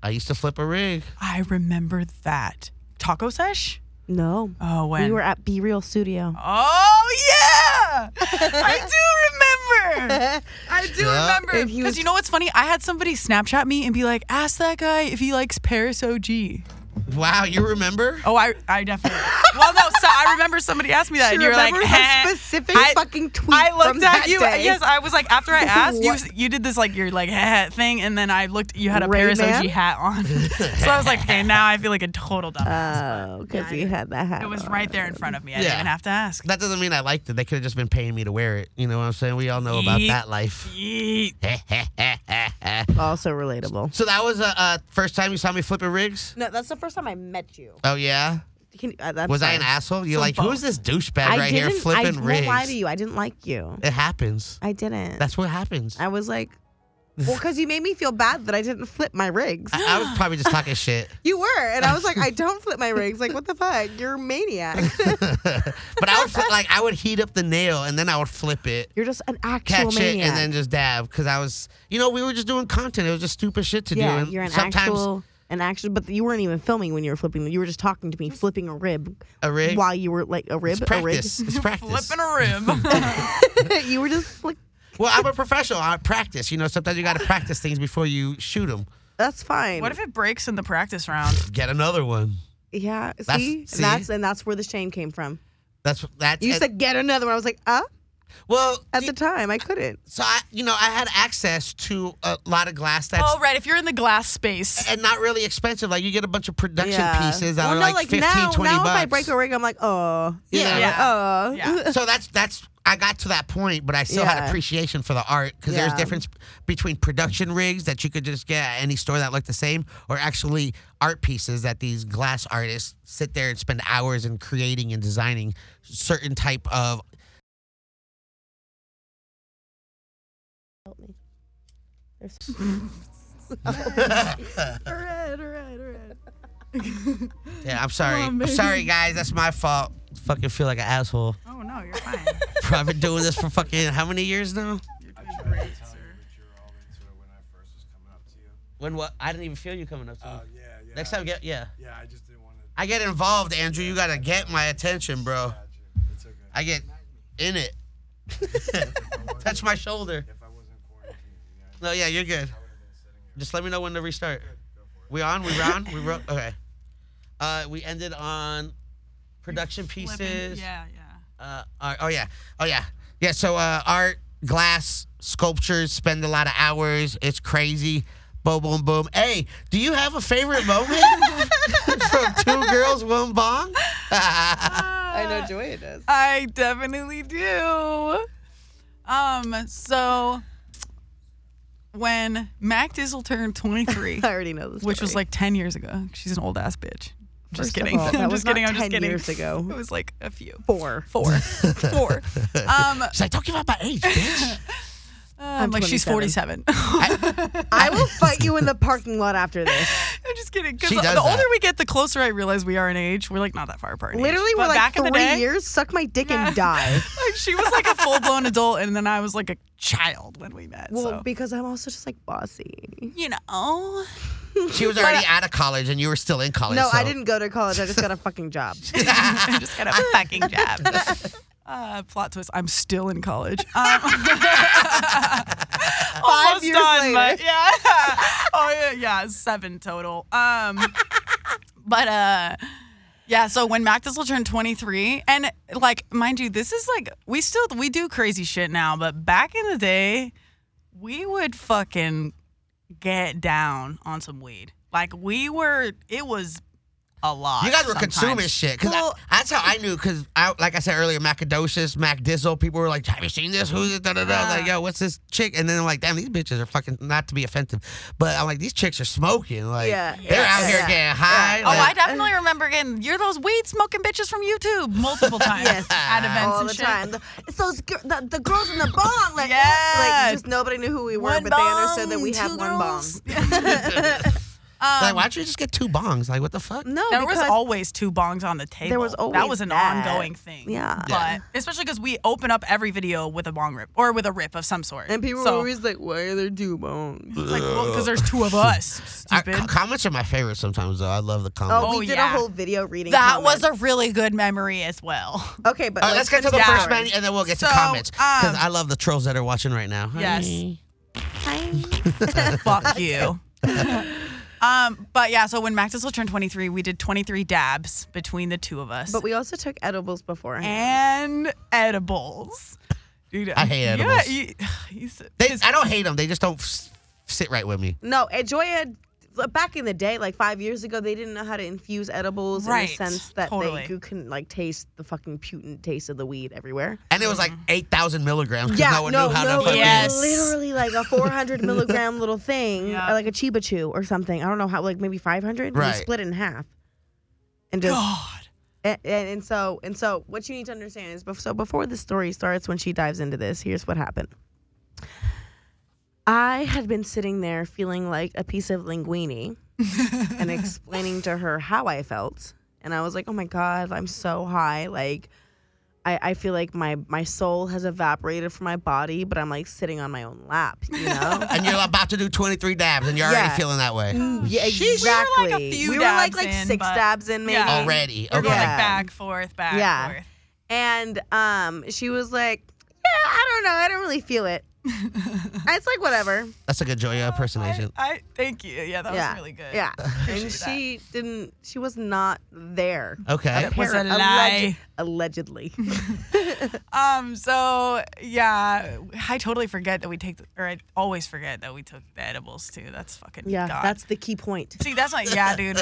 Speaker 2: I used to flip a rig.
Speaker 4: I remember that taco sesh.
Speaker 3: No,
Speaker 4: Oh, when
Speaker 3: we were at Be Real Studio.
Speaker 4: Oh yeah, I do remember. I do
Speaker 2: Yeah.
Speaker 4: remember
Speaker 3: And he
Speaker 4: because
Speaker 3: was-
Speaker 4: you know what's funny? I had somebody Snapchat me and be like, "Ask that guy if he likes Paris OG."
Speaker 2: Wow, you remember?
Speaker 4: Oh, I, I definitely. well, no, so I remember somebody asked me that,
Speaker 3: She
Speaker 4: and Oh, you're like,
Speaker 3: remembers a
Speaker 4: "Heh."
Speaker 3: specific fucking tweet
Speaker 4: I looked
Speaker 3: from
Speaker 4: at
Speaker 3: that
Speaker 4: you.
Speaker 3: day.
Speaker 4: Yes, I was like, after I asked you,
Speaker 3: What?
Speaker 4: you did this like your like "Heh" thing, and then I looked. You had a
Speaker 3: Ray
Speaker 4: Paris
Speaker 3: Man?
Speaker 4: OG hat on, so I was like, okay, now I feel like a total dumbass.
Speaker 3: Oh, because he had that hat.
Speaker 4: It was
Speaker 3: on.
Speaker 4: right there in front of me. I
Speaker 2: Yeah.
Speaker 4: didn't even have to ask.
Speaker 2: That doesn't mean I liked it. They could have just been paying me to wear it. You know what I'm saying? We all know about
Speaker 4: Yeet.
Speaker 2: that life.
Speaker 4: Yeet.
Speaker 3: Also relatable.
Speaker 2: so that was a uh, uh, first time you saw me flipping rigs.
Speaker 3: No, that's the first time I met you.
Speaker 2: Oh yeah.
Speaker 3: Can, uh, that's
Speaker 2: Was I
Speaker 3: fine.
Speaker 2: an asshole? You're
Speaker 4: So
Speaker 2: like, who's this douchebag
Speaker 3: I
Speaker 2: right here
Speaker 3: didn't- I
Speaker 2: flipping rigs?
Speaker 3: won't lie to you. I didn't like you.
Speaker 2: It happens.
Speaker 3: I didn't.
Speaker 2: That's what happens. I,
Speaker 3: I was like, well, because you made me feel bad that I didn't flip my rigs.
Speaker 2: I was probably just talking shit.
Speaker 3: You were, and I was like, I don't flip my rigs. Like, what the fuck? You're a maniac.
Speaker 2: but I would flip, like I would heat up the nail and then I would flip it,
Speaker 3: You're just an actual
Speaker 2: catch it,
Speaker 3: maniac.
Speaker 2: and then just dab because I was, you know, we were just doing content. It was just stupid shit to
Speaker 3: yeah,
Speaker 2: do. And
Speaker 3: you're an
Speaker 2: sometimes
Speaker 3: actual, an actual. But you weren't even filming when you were flipping. You were just talking to me, flipping a rib
Speaker 2: a rig.
Speaker 3: while you were like a rib,
Speaker 2: it's practice. It's practice.
Speaker 4: Flipping a rib.
Speaker 3: a rib. you were just like,
Speaker 2: well, I'm a professional. I practice. You know, sometimes you got to practice things before you shoot them.
Speaker 3: that's fine.
Speaker 4: What if it breaks in the practice round?
Speaker 2: Get another one.
Speaker 3: Yeah,
Speaker 2: That's-
Speaker 3: see,
Speaker 2: see?
Speaker 3: that's and that's where the shame came from.
Speaker 2: That's that.
Speaker 3: You said get another one. I was like, uh,
Speaker 2: well
Speaker 3: at the time I couldn't.
Speaker 2: So I, you know, I had access to a lot of glass that's
Speaker 4: oh, right. If you're in the glass space,
Speaker 2: and not really expensive. Like you get a bunch of production
Speaker 3: Yeah.
Speaker 2: pieces that
Speaker 3: Well,
Speaker 2: are
Speaker 3: no,
Speaker 2: like,
Speaker 3: like
Speaker 2: 15,
Speaker 3: now,
Speaker 2: 20
Speaker 3: now
Speaker 2: bucks.
Speaker 3: if I break a rig, I'm like, oh, you
Speaker 2: Yeah.
Speaker 3: know, like,
Speaker 4: Yeah.
Speaker 3: oh.
Speaker 2: so that's that's I got to that point, but I still had
Speaker 3: Yeah.
Speaker 2: appreciation for the art because there's
Speaker 3: Yeah.
Speaker 2: difference between production rigs that you could just get at any store that look the same, or actually art pieces that these glass artists sit there and spend hours in creating and designing certain type of.
Speaker 3: Help me.
Speaker 2: Yeah, I'm sorry. I'm sorry, guys. That's my fault. Fucking feel like an asshole.
Speaker 4: oh no, you're fine.
Speaker 2: I've been doing this for fucking how many years now? When what? I didn't even feel you coming up to me.
Speaker 6: Yeah, yeah.
Speaker 2: Next time, get yeah.
Speaker 6: Yeah, I just didn't want to.
Speaker 2: Oh, I get involved, Andrew. You gotta get my attention, bro.
Speaker 6: It's okay.
Speaker 2: I get in it. Touch my shoulder.
Speaker 6: If I wasn't quarantined, yeah,
Speaker 2: No, yeah, you're good.
Speaker 6: I would have been sitting here.
Speaker 2: Just let me know when to restart. We on? We round? We ro- okay. Uh, we ended on production
Speaker 4: Flipping-
Speaker 2: pieces.
Speaker 4: Yeah, yeah.
Speaker 2: uh, art- oh yeah, oh yeah, yeah. So uh, art, glass, sculptures spend a lot of hours. It's crazy. Boom, boom, boom. Hey, do you have a favorite moment from Two Girls One Bong?
Speaker 3: I know Joya does.
Speaker 4: I definitely do. Um, so when Mac Dizzle turned 23,
Speaker 3: I already know this.
Speaker 4: which was like 10 years ago, she's an old ass bitch. Just
Speaker 3: First of
Speaker 4: kidding.
Speaker 3: all, that
Speaker 4: I'm
Speaker 3: was
Speaker 4: just kidding.
Speaker 3: not
Speaker 4: I'm just
Speaker 3: 10
Speaker 4: kidding.
Speaker 3: years ago.
Speaker 4: It was like a few.
Speaker 3: four.
Speaker 4: Four. Four. Um,
Speaker 2: She's like, don't give out my age, bitch.
Speaker 4: I'm like, she's 47. I,
Speaker 3: I will fight you in the parking lot after this.
Speaker 4: am just kidding. Because
Speaker 2: She
Speaker 4: the
Speaker 2: does
Speaker 4: older
Speaker 2: that.
Speaker 4: we get, the closer I realize we are in age. We're like not that far apart. in age.
Speaker 3: Literally,
Speaker 4: But
Speaker 3: we're like
Speaker 4: back in the
Speaker 3: three
Speaker 4: day,
Speaker 3: years. Suck my dick and die.
Speaker 4: Like, she was like a full blown adult, and then I was like a child when we met.
Speaker 3: Well,
Speaker 4: so.
Speaker 3: because I'm also just like bossy.
Speaker 4: you know.
Speaker 2: She was already out of college and you were still in college.
Speaker 3: uh, No, I
Speaker 2: so-
Speaker 3: didn't go to college. I just got a fucking job.
Speaker 4: I just got a fucking job. Uh, plot twist: I'm still in college. Um, almost
Speaker 3: years
Speaker 4: done,
Speaker 3: later.
Speaker 4: but yeah. Oh yeah, yeah, seven total. Um, but uh, yeah. So when Mac Thistle turned 23, and like, mind you, this is like we still we do crazy shit now, but back in the day, we would fucking get down on some weed. Like we were, it was a lot.
Speaker 2: You guys were
Speaker 4: sometimes.
Speaker 2: consuming shit. Cause I-
Speaker 3: Well-
Speaker 2: that's how I knew. Cause I, like I said earlier, Macadocious, Mac Dizzle, people were like, "Have you seen this? Who's it?" Da da da. I was like, yo, what's this chick? And then I'm like, damn, these bitches are fucking. Not to be offensive, but I'm like, these chicks are smoking. Like,
Speaker 3: Yeah.
Speaker 2: they're out
Speaker 3: Yeah.
Speaker 2: here
Speaker 3: Yeah.
Speaker 2: getting high.
Speaker 4: Oh, I
Speaker 2: like-
Speaker 4: definitely remember getting you're those weed smoking bitches from YouTube multiple times
Speaker 3: Yes.
Speaker 4: at events
Speaker 3: All
Speaker 4: and
Speaker 3: the
Speaker 4: shit.
Speaker 3: time. The, it's those gir- the, the girls in the bong. Like,
Speaker 4: Yeah.
Speaker 3: like just nobody knew who we were,
Speaker 4: One
Speaker 3: but they understood that
Speaker 4: bong,
Speaker 3: we had
Speaker 4: two
Speaker 3: one bong.
Speaker 4: girls. um
Speaker 2: like, why don't you just get two bongs? Like, what the fuck?
Speaker 3: No,
Speaker 4: There
Speaker 3: because
Speaker 4: was always two bongs on the table.
Speaker 3: was
Speaker 4: that
Speaker 3: always
Speaker 4: was an
Speaker 3: that.
Speaker 4: ongoing thing.
Speaker 3: Yeah.
Speaker 2: Yeah.
Speaker 4: but especially because we open up every video with a bong rip or with a rip of some sort.
Speaker 3: and people
Speaker 4: so,
Speaker 3: were always like, "Why are there two bongs?"
Speaker 2: Mm.
Speaker 4: it's like because there's two of us.
Speaker 2: I,
Speaker 4: Stupid.
Speaker 2: co- comments are my favorite sometimes though. I love the comments.
Speaker 3: Oh,
Speaker 4: Oh,
Speaker 3: we did
Speaker 4: yeah.
Speaker 3: a whole video reading.
Speaker 4: that was a really good memory as well.
Speaker 3: a okay, but
Speaker 2: All right, Uh, let's get to the
Speaker 4: Yeah.
Speaker 2: first man, and then we'll get
Speaker 4: So,
Speaker 2: to comments because
Speaker 4: um,
Speaker 2: I love the trolls that are watching right now.
Speaker 4: Yes.
Speaker 2: Hi.
Speaker 4: Fuck you. um, but yeah, so when Max Maxwell turned 23, we did 23 dabs between the two of us.
Speaker 3: But we also took edibles beforehand.
Speaker 4: and edibles. Dude,
Speaker 2: I hate edibles.
Speaker 4: Yeah, you, you said-
Speaker 2: They, I don't hate them. They just don't s- sit right with me.
Speaker 3: No, and Joya. Back in the day, like five years ago, they didn't know how to infuse edibles
Speaker 4: Right,
Speaker 3: in the sense that
Speaker 4: totally.
Speaker 3: they you couldn't like taste the fucking putant taste of the weed everywhere.
Speaker 2: And it was
Speaker 4: Mm-hmm.
Speaker 2: like 8,000 milligrams because
Speaker 3: Yeah,
Speaker 2: no one
Speaker 3: no,
Speaker 2: knew how
Speaker 3: no,
Speaker 2: to fucking.
Speaker 4: yeah.
Speaker 3: it's literally like a 400 milligram little thing,
Speaker 4: Yeah.
Speaker 3: or like a Chiba Chew or something. I don't know how, like maybe 500.
Speaker 2: Right.
Speaker 3: You split it in half, and just
Speaker 4: God.
Speaker 3: and, and, and so and so what you need to understand is bef- so before the story starts when she dives into this here's what happened i had been sitting there feeling like a piece of linguine and explaining to her how i felt and i was like oh my god i'm so high like I, I feel like my, my soul has evaporated from my body, but I'm like sitting on my own lap, you know?
Speaker 2: And you're about to do 23 dabs and you're
Speaker 3: Yeah.
Speaker 2: already feeling that way.
Speaker 4: Mm-hmm.
Speaker 3: yeah,
Speaker 4: We were, like, a
Speaker 3: exactly.
Speaker 4: few
Speaker 3: We were like,
Speaker 4: dabs
Speaker 3: like
Speaker 4: in,
Speaker 3: six
Speaker 4: but-
Speaker 3: dabs in, maybe.
Speaker 4: Yeah.
Speaker 2: Already.
Speaker 4: We're
Speaker 2: Okay.
Speaker 4: going
Speaker 3: Yeah.
Speaker 4: like back, forth, back,
Speaker 3: Yeah.
Speaker 4: forth.
Speaker 3: and um, she was like, "Yeah, I don't know. I don't really feel it. it's like whatever."
Speaker 2: That's a good Joya impersonation.
Speaker 4: I, I thank you. Yeah, that
Speaker 3: yeah,
Speaker 4: was really good.
Speaker 3: Yeah,
Speaker 4: Appreciate
Speaker 3: and
Speaker 4: that.
Speaker 3: she didn't. She was not there.
Speaker 2: okay.
Speaker 4: It was a
Speaker 3: Appar- alleg-
Speaker 4: lie.
Speaker 3: allegedly.
Speaker 4: Um. So yeah, I totally forget that we take, the, or I always forget that we took the edibles too. That's fucking
Speaker 3: yeah,
Speaker 4: God.
Speaker 3: that's the key point.
Speaker 4: see, that's not yeah, dude.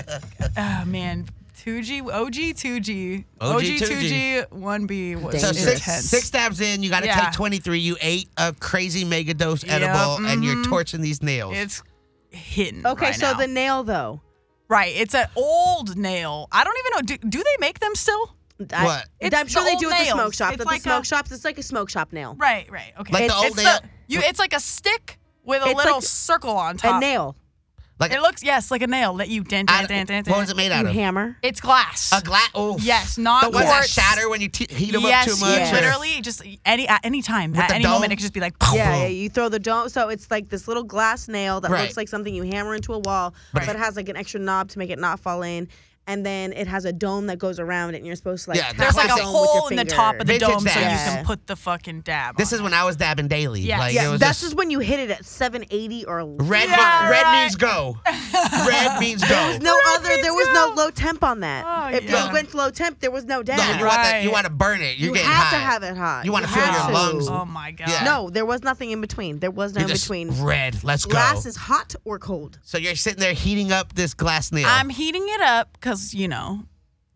Speaker 4: oh man, two G, OG, two G,
Speaker 2: OG,
Speaker 4: two G, one B was
Speaker 2: So six,
Speaker 4: intense.
Speaker 2: six dabs in, you got to
Speaker 4: Yeah.
Speaker 2: take 23. You ate a crazy mega dose
Speaker 4: Yep, mm-hmm.
Speaker 2: edible and you're torching these nails.
Speaker 4: It's hidden.
Speaker 3: Okay,
Speaker 4: right
Speaker 3: so
Speaker 4: now.
Speaker 3: the nail though.
Speaker 4: Right. It's an old nail. I don't even know. Do, do they make them still?
Speaker 3: I-
Speaker 2: What?
Speaker 4: It's
Speaker 3: I'm sure
Speaker 4: the
Speaker 3: they do
Speaker 4: old
Speaker 3: at the smoke
Speaker 4: nails.
Speaker 3: shop.
Speaker 4: It's
Speaker 3: At
Speaker 4: like
Speaker 3: the smoke
Speaker 4: a-
Speaker 3: shops, it's like a smoke shop nail.
Speaker 4: Right, right. Okay.
Speaker 2: Like the
Speaker 4: it's
Speaker 2: old nail-
Speaker 4: you, it's like a stick with a
Speaker 3: It's
Speaker 4: little
Speaker 3: like
Speaker 4: circle on top.
Speaker 3: A nail,
Speaker 2: like,
Speaker 4: It looks, yes, like a nail that you dent,
Speaker 2: out
Speaker 4: dent,
Speaker 2: of-
Speaker 4: dent, dent.
Speaker 2: what
Speaker 4: dent.
Speaker 2: was it made out
Speaker 3: you
Speaker 2: of?
Speaker 3: hammer.
Speaker 4: It's glass.
Speaker 2: A glass. Oh,
Speaker 4: Yes, not
Speaker 2: the ones that
Speaker 4: quartz.
Speaker 2: shatter when you te- heat them
Speaker 4: yes,
Speaker 2: up too much.
Speaker 4: yes.
Speaker 2: or-
Speaker 4: literally, just any at any time, at
Speaker 2: the
Speaker 4: any
Speaker 2: dome?
Speaker 4: moment, it could just be like,
Speaker 3: Yeah, yeah, you throw the dome. So it's like this little glass nail that
Speaker 2: Right.
Speaker 3: looks like something you hammer into a wall,
Speaker 2: Right.
Speaker 3: but it has like an extra knob to make it not fall in. And then it has a dome that goes around it, and you're supposed to like.
Speaker 2: Yeah,
Speaker 3: tap
Speaker 4: there's
Speaker 3: the
Speaker 4: like a
Speaker 3: dome with your
Speaker 4: hole in the
Speaker 3: finger.
Speaker 4: top of the
Speaker 2: Vintage
Speaker 4: dome, so you
Speaker 2: dabs.
Speaker 4: can
Speaker 3: Yeah.
Speaker 4: put the fucking dab.
Speaker 2: This
Speaker 4: on
Speaker 2: is when I was dabbing daily.
Speaker 4: Yes.
Speaker 2: Like,
Speaker 4: Yeah,
Speaker 2: it was
Speaker 3: This
Speaker 2: just-
Speaker 3: is when you hit it at 780 or
Speaker 2: Red,
Speaker 4: Yeah,
Speaker 2: red
Speaker 4: right.
Speaker 2: means go. Red means go.
Speaker 3: No
Speaker 4: Red
Speaker 3: other. There
Speaker 4: means
Speaker 3: was no
Speaker 4: go.
Speaker 3: low temp on that.
Speaker 4: Oh,
Speaker 3: if
Speaker 2: yeah.
Speaker 3: you went low temp, there was no
Speaker 2: No,
Speaker 3: down.
Speaker 2: you, want
Speaker 4: Right.
Speaker 2: to, you want to burn it. You're
Speaker 3: You
Speaker 2: getting
Speaker 3: had
Speaker 2: high.
Speaker 3: to have it hot.
Speaker 2: You wanna
Speaker 3: You
Speaker 2: feel
Speaker 3: had
Speaker 2: your
Speaker 3: to.
Speaker 2: lungs.
Speaker 4: Oh my god.
Speaker 2: Yeah.
Speaker 3: No, there was nothing in between. There was no
Speaker 2: You're
Speaker 3: in
Speaker 2: just
Speaker 3: between.
Speaker 2: Red. Let's go.
Speaker 3: Glass is hot or cold.
Speaker 2: so you're sitting there heating up this glass nail.
Speaker 4: I'm heating it up because you know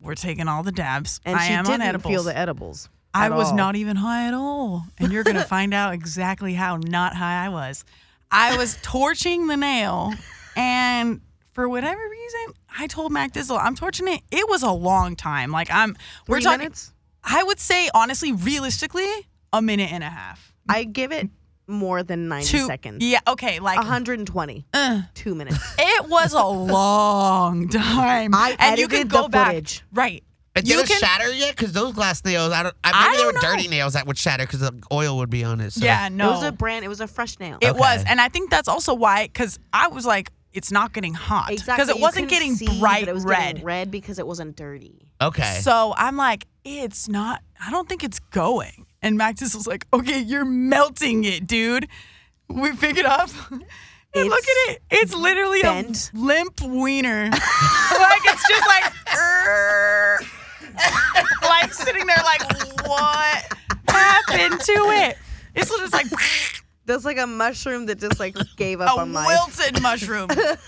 Speaker 4: we're taking all the dabs.
Speaker 3: And
Speaker 4: I
Speaker 3: she
Speaker 4: am
Speaker 3: didn't
Speaker 4: on edibles.
Speaker 3: feel the edibles.
Speaker 4: I
Speaker 3: at
Speaker 4: was
Speaker 3: all.
Speaker 4: not even high at all, and you're gonna find out exactly how not high I was. I was torching the nail, and for whatever reason, I told Mac Dizzle I'm torching it. It was a long time. Like I'm, we're
Speaker 3: Three
Speaker 4: talking.
Speaker 3: minutes?
Speaker 4: I would say honestly, realistically, a minute and a half.
Speaker 3: I give it more than 90
Speaker 4: Two
Speaker 3: seconds.
Speaker 4: Yeah. Eh. Okay. Like
Speaker 3: 120. Two minutes.
Speaker 4: It was a long time.
Speaker 3: I
Speaker 4: and you can
Speaker 3: edited
Speaker 4: go
Speaker 3: the
Speaker 4: back.
Speaker 3: footage.
Speaker 4: Right.
Speaker 2: It
Speaker 4: You
Speaker 2: didn't
Speaker 4: can-
Speaker 2: shatter yet because those glass nails. I don't. I,
Speaker 4: I
Speaker 2: maybe they were
Speaker 4: don't know.
Speaker 2: dirty nails that would shatter because the oil would be on it. So.
Speaker 4: Yeah.
Speaker 3: It
Speaker 4: No.
Speaker 3: was a brand, it was a fresh nail.
Speaker 4: It was,
Speaker 2: Okay.
Speaker 4: and I think that's also why, because I was like, it's not getting hot, because
Speaker 3: exactly.
Speaker 4: it
Speaker 3: you couldn't
Speaker 4: wasn't getting
Speaker 3: see that
Speaker 4: bright
Speaker 3: it was
Speaker 4: red.
Speaker 3: Getting red because it wasn't dirty.
Speaker 2: Okay.
Speaker 4: So I'm like, it's not. I don't think it's going. And Maxis was like, okay, you're melting it, dude. We pick it up. And look
Speaker 3: It's
Speaker 4: at it. It's literally
Speaker 3: bent.
Speaker 4: a limp wiener. like it's just like, "Err." like sitting there, like what happened to it? It's literally just like.
Speaker 3: That's like a mushroom that just like gave up
Speaker 4: a
Speaker 3: on life.
Speaker 4: wilted mushroom. a